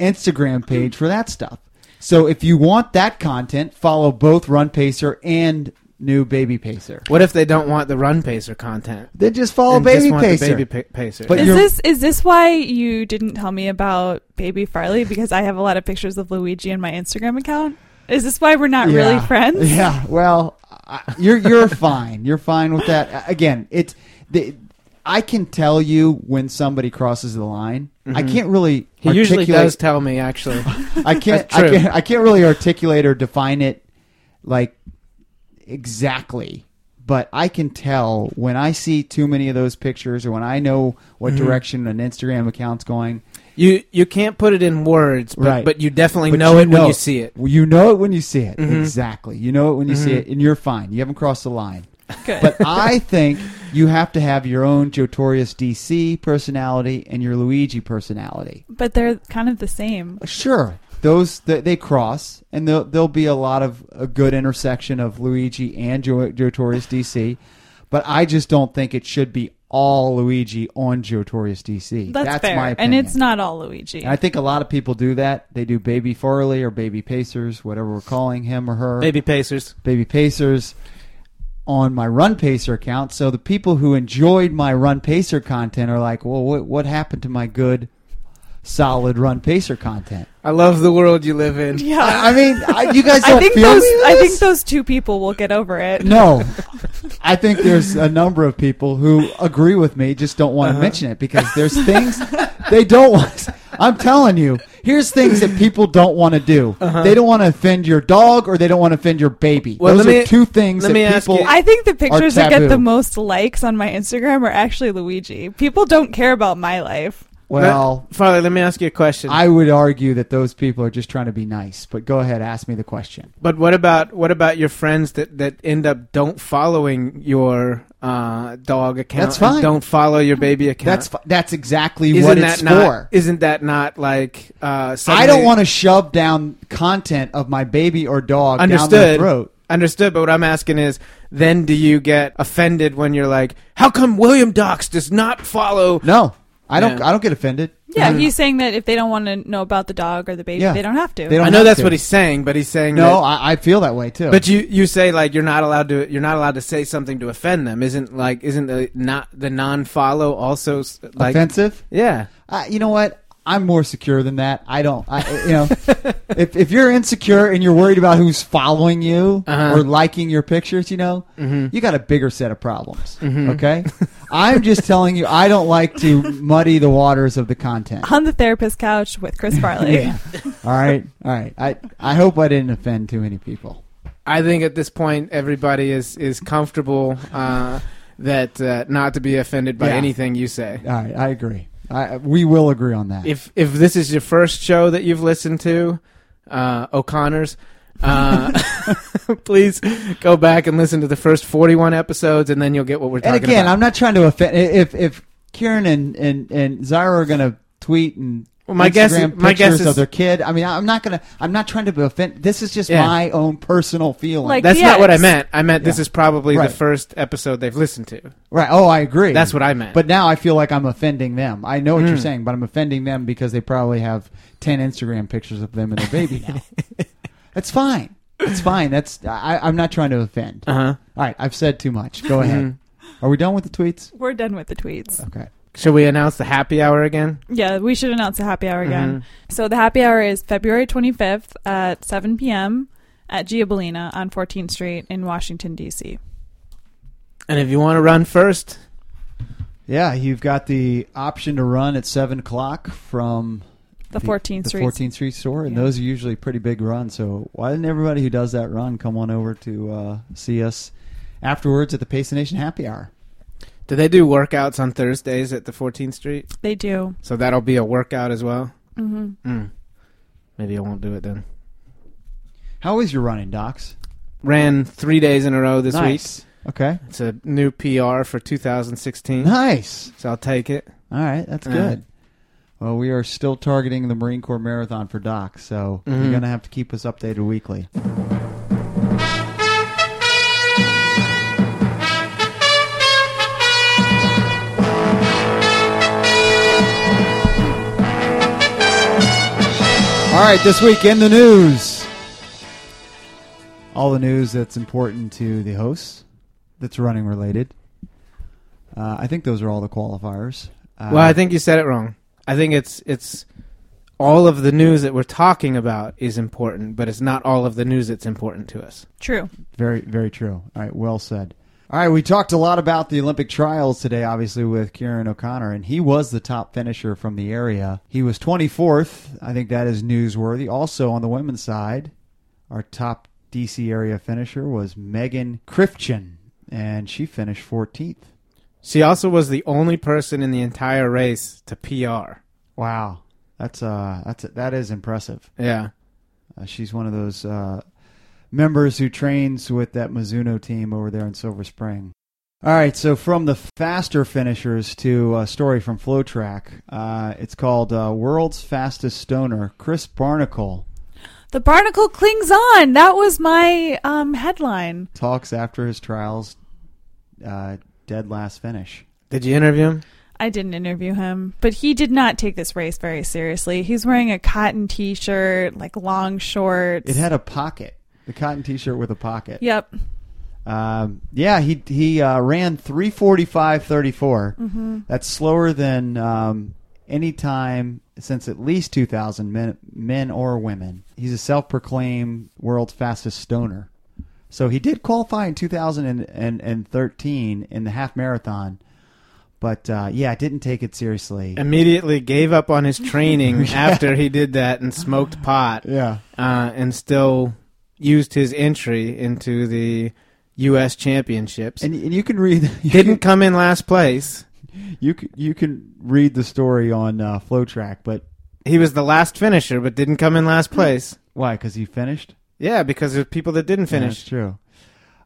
Instagram page for that stuff. So if you want that content, follow both Run Pacer and New Baby Pacer.
What if they don't want the run pacer content?
Then just follow
and
Oh, Baby
just want
Pacer.
The baby pa- pacer.
But
Is
you're-
this is this why you didn't tell me about Baby Farley? Because I have a lot of pictures of Luigi in my Instagram account. Is this why we're not [LAUGHS] really
Yeah.
friends?
Yeah. Well, I, you're you're [LAUGHS] fine. You're fine with that. Uh, Again, it's the, I can tell you when somebody crosses the line. I can't really.
Mm-hmm. he usually
articulate-
does tell me actually. [LAUGHS]
[LAUGHS] I can't,
That's true.
I can't. I can't really articulate or define it like exactly, but I can tell when I see too many of those pictures or when I know what
Mm-hmm.
direction an Instagram account's going.
you you can't put it in words, but,
Right.
but you definitely
But
know it when you see it. Mm-hmm.
You know it when you see it. Exactly. You know it when you see it, and you're fine. You haven't crossed the line.
Good.
[LAUGHS]
But I think you have to have your own Jotorius DC personality and your Luigi personality.
But they're kind of the same.
Sure, those they, they cross, and there'll, there'll be a lot of a good intersection of Luigi and jo- Jotorius DC. But I just don't think it should be all Luigi on Jotorius DC.
That's, fair.
my
and
opinion.
it's not all Luigi.
And I think a lot of people do that. They do baby Farley or baby Pacers, whatever we're calling him or her,
Baby pacers.
baby Pacers on my Run Pacer account. So the people who enjoyed my Run Pacer content are like, well, what, what happened to my good, solid Run Pacer content?
[LAUGHS]
I love the world you live in.
yeah.
I, I mean, I, you guys don't
I think
feel
those I think those two people will get over it.
no. I think there's a number of people who agree with me, just don't want
Uh-huh.
to mention it because there's things they don't want. I'm telling you, here's things that people don't want to do. They don't want to offend your dog or they don't want to offend your baby.
Uh-huh. Well,
Those
let
are
me-
two things
let
that
me ask
people.
you-
I think the pictures that
taboo.
get the most likes on my Instagram are actually Luigi. People don't care about my life.
well,
Let- Farley, let me ask you a question.
I would argue that those people are just trying to be nice. But go ahead, ask me the question.
but what about what about your friends that that end up don't following your uh, dog account?
That's fine.
And don't follow your baby account.
That's fi- that's exactly
isn't
what
that
it's
not,
for.
Isn't that not like uh,
I don't want to shove down content of my baby or dog down their
understood
throat.
Understood, but what I'm asking is, then do you get offended when you're like, "How come William Dox does not follow
No, I don't.
Yeah.
I don't get offended.
Yeah, he's saying that if they don't want to know about the dog or the baby,
Yeah.
they don't have to.
They don't
I know
have
that's
to.
what he's saying, but he's saying
No,
that-
I, I feel that way too.
but you you say like you're not allowed to you're not allowed to say something to offend them. Isn't like isn't the not the non follow also s- like
offensive.
Yeah,
Uh, you know what? I'm more secure than that. I don't. I,
[LAUGHS]
you know, if if you're insecure and you're worried about who's following you
Uh-huh.
or liking your pictures, you know,
Mm-hmm.
you got a bigger set of problems.
[LAUGHS]
Okay, I'm just telling you, I don't like to muddy the waters of the
[LAUGHS]
content.
on the therapist couch
[LAUGHS]
with Chris Farley.
All right, all right. I I hope I didn't offend too many people.
I think at this point everybody is is comfortable uh, that uh, not to be offended by
Yeah.
anything you say.
All right, I agree. I we will agree on that.
If if this is your first show that you've listened to, uh, O'Connor's, uh, [LAUGHS] please go back and listen to the first forty-one episodes, and then you'll get what we're
and
talking
again,
about.
I'm not trying to offend. If if Kieran and and and Zyra are gonna tweet and
Well, my guess-
Instagram
my guess
pictures
is-
of their kid. I mean, I'm not gonna. I'm not trying to be offend. This is just
Yeah.
my own personal feeling.
Like-
That's not what I
Yes.
meant. I meant this
Yeah.
is probably
Right.
the first episode they've listened to.
right? Oh, I agree.
That's what I Hmm. meant.
But now I feel like I'm offending them. I know what you're saying, but I'm offending them because they probably have ten Instagram pictures of them and their baby now. That's fine. That's fine. That's I, I'm not trying to offend.
uh-huh.
All right, I've said too much. Go
Mm-hmm.
ahead. Are we done with the tweets?
We're done with the tweets.
Okay.
Should we announce the happy hour again?
Yeah, we should announce the happy
Mm-hmm.
hour again. So the happy hour is February 25th at 7 p.m. at Giabellina on 14th Street in Washington, D.C.
And if you want to run first,
Yeah, you've got the option to run at seven o'clock from
The 14th
the
Street.
14th Street store, and
Yeah.
those are usually pretty big runs. So why didn't everybody who does that run come on over to uh, see us afterwards at the Pace Nation Happy Hour?
do they do workouts on Thursdays at the 14th Street?
They do.
So that'll be a workout as well.
hmm
Mm. Maybe I won't do it then.
How is your running, Docs?
Ran three days in a row this
nice. Okay.
week. It's a new PR for 2016,
Nice.
so I'll take it.
All right, that's
Yeah.
good. Well, we are still targeting the Marine Corps Marathon for Docs, so you're
Mhm.
going to have to keep us updated weekly. All right, this week in the news. All the news that's important to the hosts that's running related. Uh, I think those are all the qualifiers. Uh,
well, I think you said it wrong. I think it's it's all of the news that we're talking about is important, but it's not all of the news that's important to us.
True.
Very, very true. All right, well said. All right, we talked a lot about the Olympic trials today, obviously, with Kieran O'Connor, and he was the top finisher from the area. He was 24th. I think that is newsworthy. Also, on the women's side, our top DC area finisher was Megan Krifchen, and she finished 14th.
She also was the only person in the entire race to PR.
Wow. That's uh, that's that is impressive.
Yeah.
Uh, she's one of those uh, members who trains with that Mizuno team over there in Silver Spring. All right, so from the faster finishers to a story from Flowtrack. Uh, it's called uh, World's Fastest Stoner, Chris Barnacle
The barnacle clings on. That was my um, headline.
talks after his trials uh, dead last finish.
Did you interview him?
I didn't interview him, but he did not take this race very seriously. He's wearing a cotton t-shirt, like long shorts.
It had a pocket, the cotton t-shirt with a pocket.
Yep.
Um, yeah, he he uh, ran 345.34. That's slower than um, any time since at least 2000, men, men or women. He's a self-proclaimed world's fastest stoner. So he did qualify in 2013 in the half marathon, but uh, yeah, didn't take it seriously.
Immediately gave up on his training after he did that and smoked pot.
yeah,
uh, and still used his entry into the U.S. championships.
and, and you can read [LAUGHS] you
[LAUGHS] Didn't
can-
come in last place.
you can, you can read the story on uh, FlowTrack, but
He was the last finisher, but didn't come in last place.
why? Because he finished.
Yeah, because there's people that didn't
Yeah,
finish.
that's true.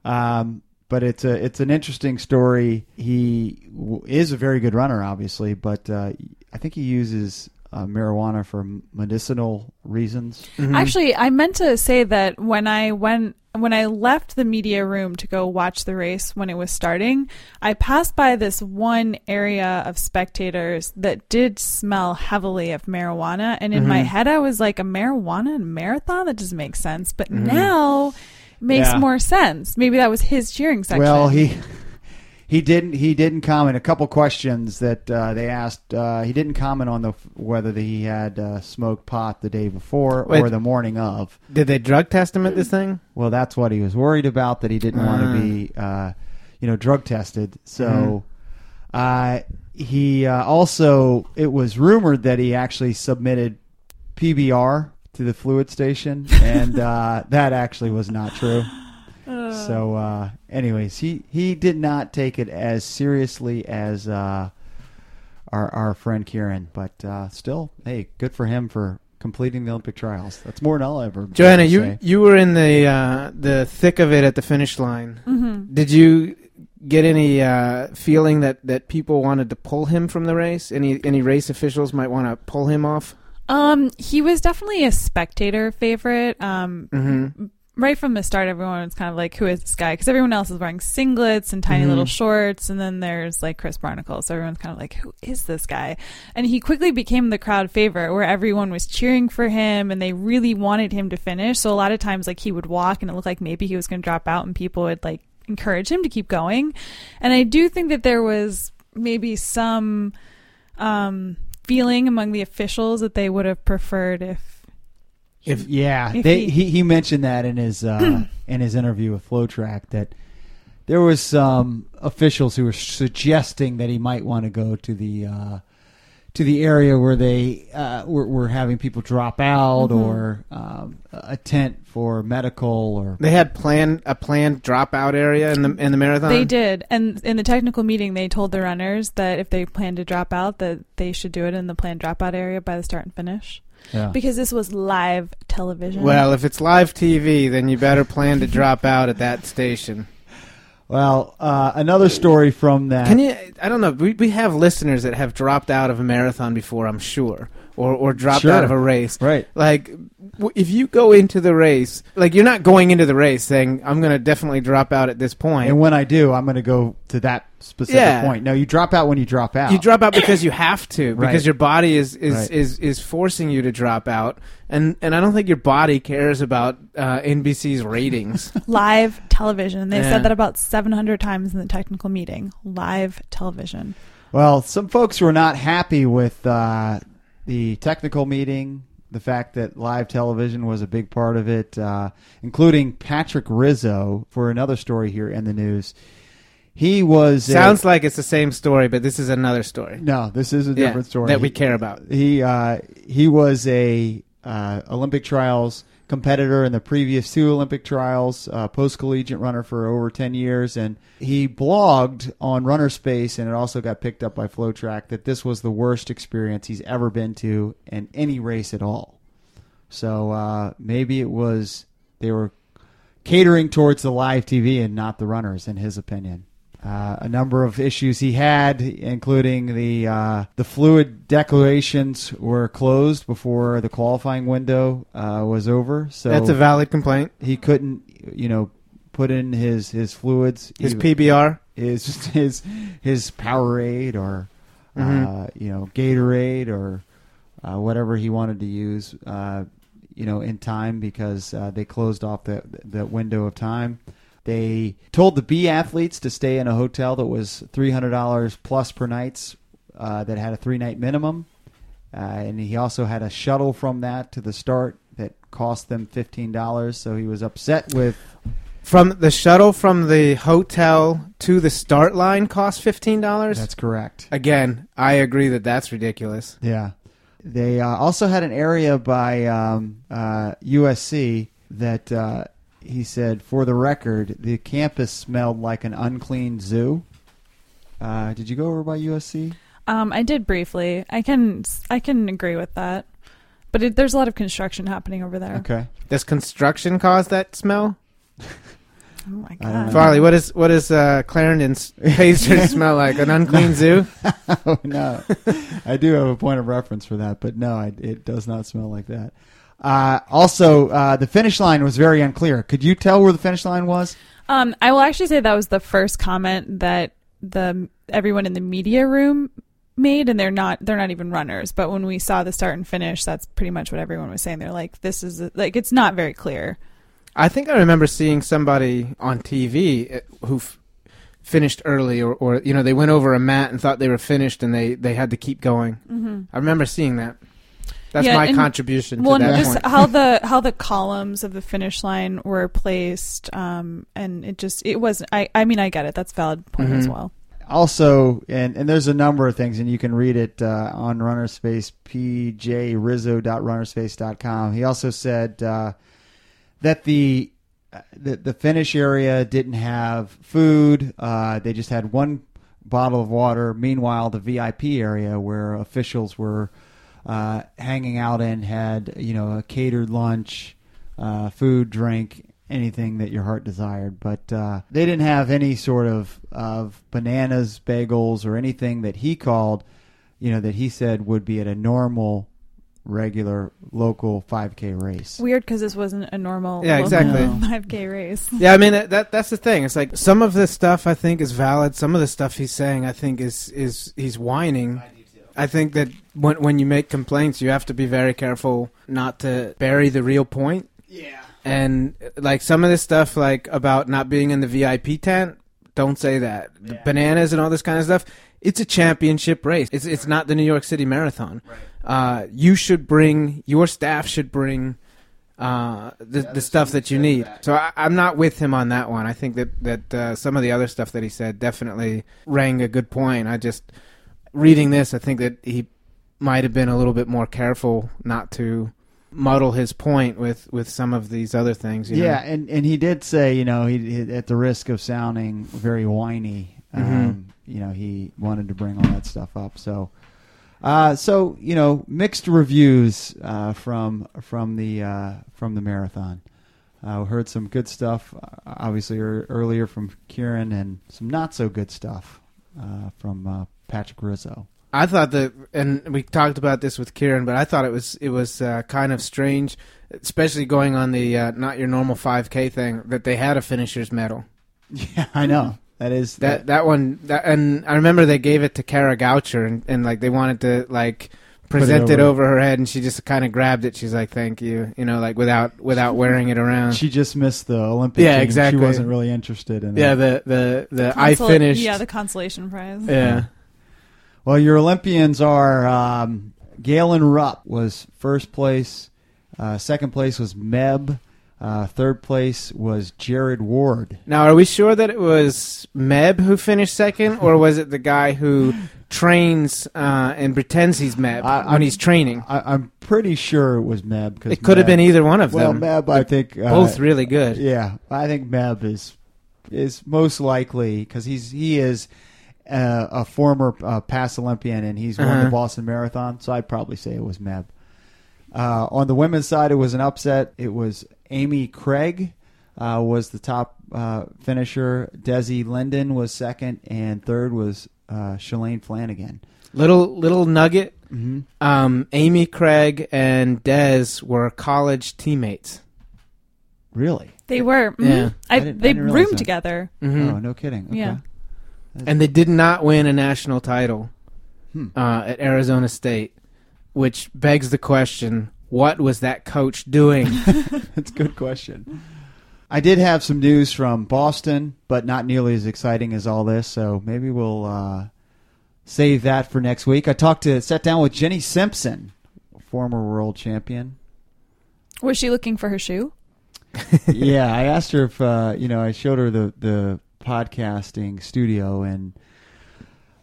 Um, but it's a it's an interesting story. He w- is a very good runner, obviously, but uh, I think he uses uh, marijuana for medicinal reasons.
Actually, I meant to say that when I went when I left the media room to go watch the race when it was starting, I passed by this one area of spectators that did smell heavily of marijuana. And in my
Mm-hmm.
head, I was like, a marijuana and marathon? That doesn't make sense. But now it makes
Mm-hmm. Yeah.
more sense. Maybe that was his cheering section.
Well, he he didn't he didn't comment. A couple questions that uh, they asked, uh, he didn't comment on the whether he had uh, smoked pot the day before or
Wait.
the morning of.
Did they drug test him at this thing?
Well, that's what he was worried about that he didn't
Ah.
want to be, uh, you know, drug tested. So
Mm-hmm.
uh, he uh, also it was rumored that he actually submitted PBR to the fluid
[LAUGHS]
station, and uh, that actually was not true. So, uh, anyways, he he did not take it as seriously as. Uh, our, our friend Kieran, but uh, still, hey, good for him for completing the Olympic trials. That's more than I'll ever.
Joanna,
say.
you you were in the uh, the thick of it at the finish line. Mm-hmm. Did you get any uh, feeling that, that people wanted to pull him from the race? Any any race officials might want to pull him off?
Um, he was definitely a spectator favorite. Um,
Mm-hmm.
right from the start, everyone was kind of like, "Who is this guy?" Because everyone else is wearing singlets and tiny little shorts, and then there's like Chris Barnacle, so everyone's kind of like, "Who is this guy?" And he quickly became the crowd favorite, where everyone was cheering for him, and they really wanted him to finish. So a lot of times, like he would walk, and it looked like maybe he was going to drop out, and people would like encourage him to keep going. And I do think that there was maybe some um, feeling among the officials that they would have preferred if
If yeah,
If
they,
he-
he he mentioned that in his
[CLEARS THROAT]
uh, in his interview with FlowTrack that there was some officials who were suggesting that he might want to go to the uh, to the area where they uh, were, were having people drop out
Mm-hmm.
or um, a tent for medical or
They had planned a planned dropout area in the in the marathon.
they did. And in the technical meeting, they told the runners that if they planned to drop out, that they should do it in the planned dropout area by the start and finish
yeah.
because this was live television.
Well, if it's live TV, then you better plan to drop out at that station.
well uh, another story from that
Can you? I don't know. We, we have listeners that have dropped out of a marathon before, I'm sure, or or dropped
Sure.
out of a race.
Right.
Like, w- if you go into the race, like you're not going into the race saying, "I'm going to definitely drop out at this point."
and when I do I'm going to go to that specific
Yeah.
point. No, you drop out when you drop out.
you drop out because you have to, because
Right.
your body is is,
Right.
is is forcing you to drop out, and and I don't think your body cares about uh, NBC's
[LAUGHS]
ratings.
live television. They
Yeah.
said that about 700 times in the technical meeting. Live television.
Well, some folks were not happy with uh, the technical meeting, the fact that live television was a big part of it, uh, including Patrick Rizzo for another story here in the news. He was a-
Sounds like it's the same story, but this is another story.
no, this is a different
Yeah,
story
that we
He-
care about.
He uh, he was a uh, Olympic trials competitor in the previous two Olympic trials, uh, post collegiate runner for over ten years, and he blogged on Runner Space, and it also got picked up by FlowTrack that this was the worst experience he's ever been to in any race at all. So uh, maybe it was they were catering towards the live TV and not the runners, in his opinion. Uh, a number of issues he had, including the uh, the fluid declarations were closed before the qualifying window uh, was over, so
That's a valid complaint.
he couldn't, you know, put in his his fluids,
His
He-
PBR.
his [LAUGHS] his his Powerade or uh, you know Gatorade or uh, whatever he wanted to use, uh, you know, in time because uh, they closed off that that window of time. They told the B athletes to stay in a hotel that was three hundred dollars plus per nights uh, that had a three night minimum, uh, and he also had a shuttle from that to the start that cost them fifteen dollars. So he was upset with
From the shuttle from the hotel to the start line costs fifteen dollars.
that's correct.
Again, I agree that that's ridiculous.
Yeah. They uh, also had an area by um, uh, USC that uh, he said, for the record, the campus smelled like an unclean zoo. Uh, did you go over by USC?
Um, I did briefly. I can I can agree with that. But it, there's a lot of construction happening over there.
Okay. [LAUGHS]
Does construction cause that smell?
Oh my
I don't
god.
know.
Farley, what is what is uh,
[LAUGHS]
Clarendon's pastry smell like? An unclean zoo?
Oh, no, I do have a point of reference for that, but no, I, it does not smell like that. Uh, also, uh, the finish line was very unclear. Could you tell where the finish line was?
Um, I will actually say that was the first comment that the everyone in the media room made, and they're not they're not even runners. But when we saw the start and finish, that's pretty much what everyone was saying. They're like, "This is like it's not very clear."
I think I remember seeing somebody on TV uh, who f- finished early, or, or you know, they went over a mat and thought they were finished, and they they had to keep going. Mm-hmm. I remember seeing that. That's
Yeah,
my
and-
contribution
Well,
to
and
that
just uh,
point.
how
[LAUGHS]
the how the columns of the finish line were placed, um, and it just it was. I I mean, I get it. That's a valid point as
Mm-hmm.
well.
Also, and, and there's a number of things, and you can read it uh, on Runnerspace, pjrizzo.runnerspace.com. He also said uh, that the the, the finish area didn't have food. Uh, they just had one bottle of water. Meanwhile, the VIP area where officials were uh, hanging out and had you know a catered lunch, uh, food, drink, anything that your heart desired. But uh, they didn't have any sort of of bananas, bagels, or anything that he called you know that he said would be at a normal, regular local 5K race.
Weird because this wasn't a normal
Yeah, exactly.
[LAUGHS] five k race.
yeah, I mean that, that that's the thing. It's like some of the stuff I think is valid. Some of the stuff he's saying I think is is he's whining. I think that when when you make complaints, you have to be very careful not to bury the real point.
yeah.
And uh, like some of this stuff, like about not being in the VIP tent, don't say that. The bananas and all this kind of stuff. It's a championship race. It's it's not the New York City Marathon. Uh, you should bring your staff should bring uh, the the stuff that you need. So I, I'm not with him on that one. I think that that uh, some of the other stuff that he said definitely rang a good point. I just reading this, I think that he might have been a little bit more careful not to muddle his point with with some of these other things. you know?
Yeah, and, and he did say, you know, he, he at the risk of sounding very whiny, um,
Mm-hmm.
you know, he wanted to bring all that stuff up. So, uh, so you know, mixed reviews uh, from from the uh, from the marathon. Uh, we heard some good stuff, uh, obviously ear earlier from Kieran, and some not so good stuff uh, from uh, Patrick
[LAUGHS]
Rizzo.
I thought that, and we talked about this with Kieran, but I thought it was it was uh, kind of strange, especially going on the uh, not your normal 5K thing that they had a finisher's medal.
Yeah, I know that is
That that one, that, and I remember they gave it to Kara Goucher, and, and like they wanted to like present it,
over.
over her head, and she just kind of grabbed it. She's like, "Thank you," you know, like without without wearing it around.
she just missed the Olympic.
uh, Yeah,
game.
exactly.
She wasn't really interested in it.
yeah, the the the I
Consol-
finished.
Yeah, the consolation prize.
yeah.
Well, your Olympians are um, Galen Rupp was first place. Uh, second place was Meb. Uh, third place was Jared Ward.
Now, are we sure that it was Meb who finished second, or was it the guy who trains uh, and pretends he's Meb
I-
when he's training?
I, I'm pretty sure it was Meb. Cause
It could have
Meb-
been either one of
Well,
them.
Meb, I think uh,
Both really good.
Yeah, I think Meb is is most likely because he's he is uh, a former uh, past Olympian and he's won
Uh-huh.
the Boston Marathon. So I'd probably say it was Meb. Uh, on the women's side, it was an upset. It was Amy Craig uh, was the top uh, finisher. Desi Linden was second, and third was uh, Shalane Flanagan.
Little little nugget. Um, Amy Craig and Dez were college teammates.
Really?
They were. mhm.
Yeah.
I
I,
didn't- I
they
didn't realize
roomed
that.
together.
Mm-hmm.
Oh, no kidding. Okay.
Yeah.
and they did not win a national title
Hmm.
uh, at Arizona State, which begs the question: What was that coach
[LAUGHS]
doing?
That's a good question. I did have some news from Boston, but not nearly as exciting as all this. So maybe we'll uh, save that for next week. I talked to sat down with Jenny Simpson, former world
[LAUGHS]
champion.
Was she looking for her shoe?
yeah, I asked her if uh, you know. I showed her the the podcasting studio, and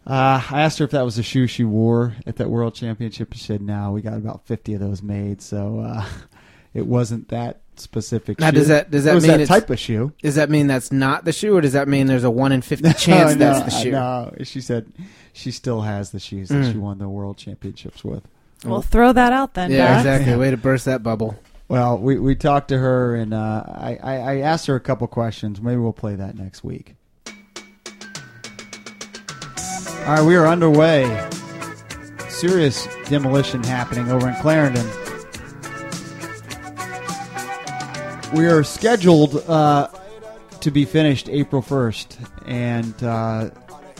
uh, I asked her if that was the shoe she wore at that world championship. She said, "No, we got about fifty of those made, so uh, [LAUGHS] it wasn't that specific."
Now,
shoe.
does that- does that
it was
mean
that
it's-
type of shoe?
Does that mean that's not the shoe, or does that mean there's a one in
[LAUGHS]
fifty chance
Oh,
that's
no,
the shoe?
No, she said she still has the shoes that she
Mm.
won the world championships with.
Well, throw that out then.
Yeah,
Beth.
exactly. Way to burst that bubble.
Well, we, we talked to her and uh, I, I, I asked her a couple questions. Maybe we'll play that next week. All right, we are underway. Serious demolition happening over in Clarendon. We are scheduled uh, to be finished April 1st, and uh,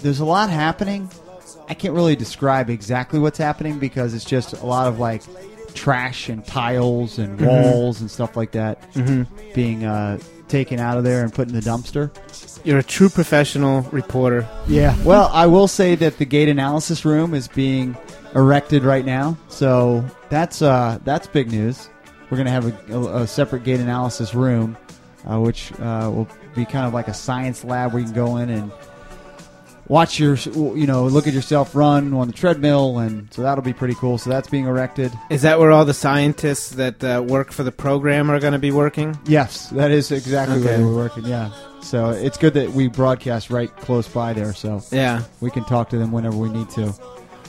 there's a lot happening. I can't really describe exactly what's happening because it's just a lot of like trash and tiles and walls and stuff like that being uh, taken out of there and put in the dumpster.
You're a true professional reporter.
Yeah. Well, I will say that the gate analysis room is being erected right now, so that's uh, that's big news. We're gonna have a, a- a separate gate analysis room, uh, which uh, will be kind of like a science lab where you can go in and watch your, you know, look at yourself run on the treadmill, and so that'll be pretty cool. So that's being erected.
Is that where all the scientists that uh, work for the program are going to be working?
Yes, that is exactly where
Okay.
we're working. Yeah. So it's good that we broadcast right close by there. So
Yeah.
We can talk to them whenever we need to.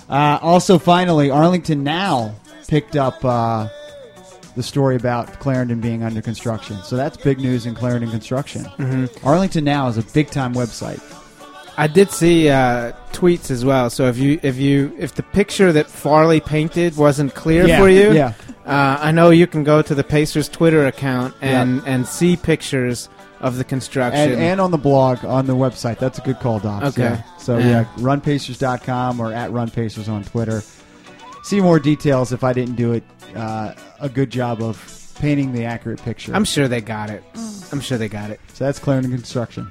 Uh, also, finally, Arlington Now picked up uh, the story about Clarendon being under construction. So that's big news in Clarendon
[LAUGHS]
construction. Mm-hmm. Arlington Now is a big time website.
I did see uh, tweets as well. So if you if you if the picture that Farley painted wasn't clear
Yeah,
for you,
yeah.
uh, I know you can go to the Pacers Twitter account and and see pictures of the
And,
construction.
and on the blog, on the website. That's a good call, Doc.
Okay.
So,
Yeah.
yeah, runpacers.com or at runpacers on Twitter. See more details if I didn't do it uh, a good job of painting the accurate picture.
I'm sure they got it. I'm sure they got it.
So that's Clarendon Construction.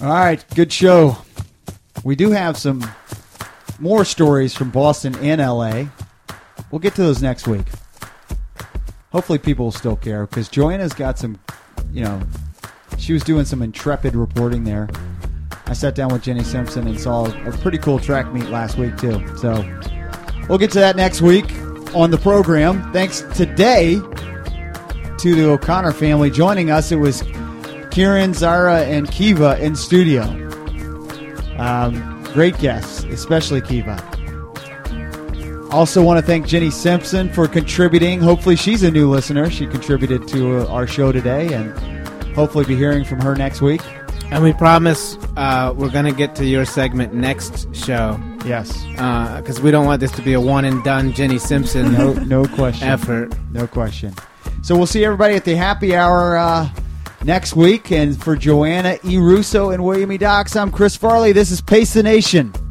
All right, good show. We do have some more stories from Boston and LA. We'll get to those next week. Hopefully, people will still care because Joanna's got some, you know, she was doing some intrepid reporting there. I sat down with Jenny Simpson and saw a pretty cool track meet last week, too. So We'll get to that next week on the program. Thanks today to the O'Connor family joining us. It was Kieran, Zara, and Kiva in studio. Um, great guests, especially Kiva. Also, want to thank Jenny Simpson for contributing. Hopefully, she's a new listener. She contributed to uh, our show today, and hopefully, be hearing from her next week.
And we promise uh, we're going to get to your segment next show
Yes,
because we don't want this to be a one and done Jenny Simpson
no, [LAUGHS] no question.
effort.
No question. So we'll see everybody at the happy hour uh, next week. And for Joanna E. Russo and William E. Dox, I'm Chris Farley. This is Pace the Nation.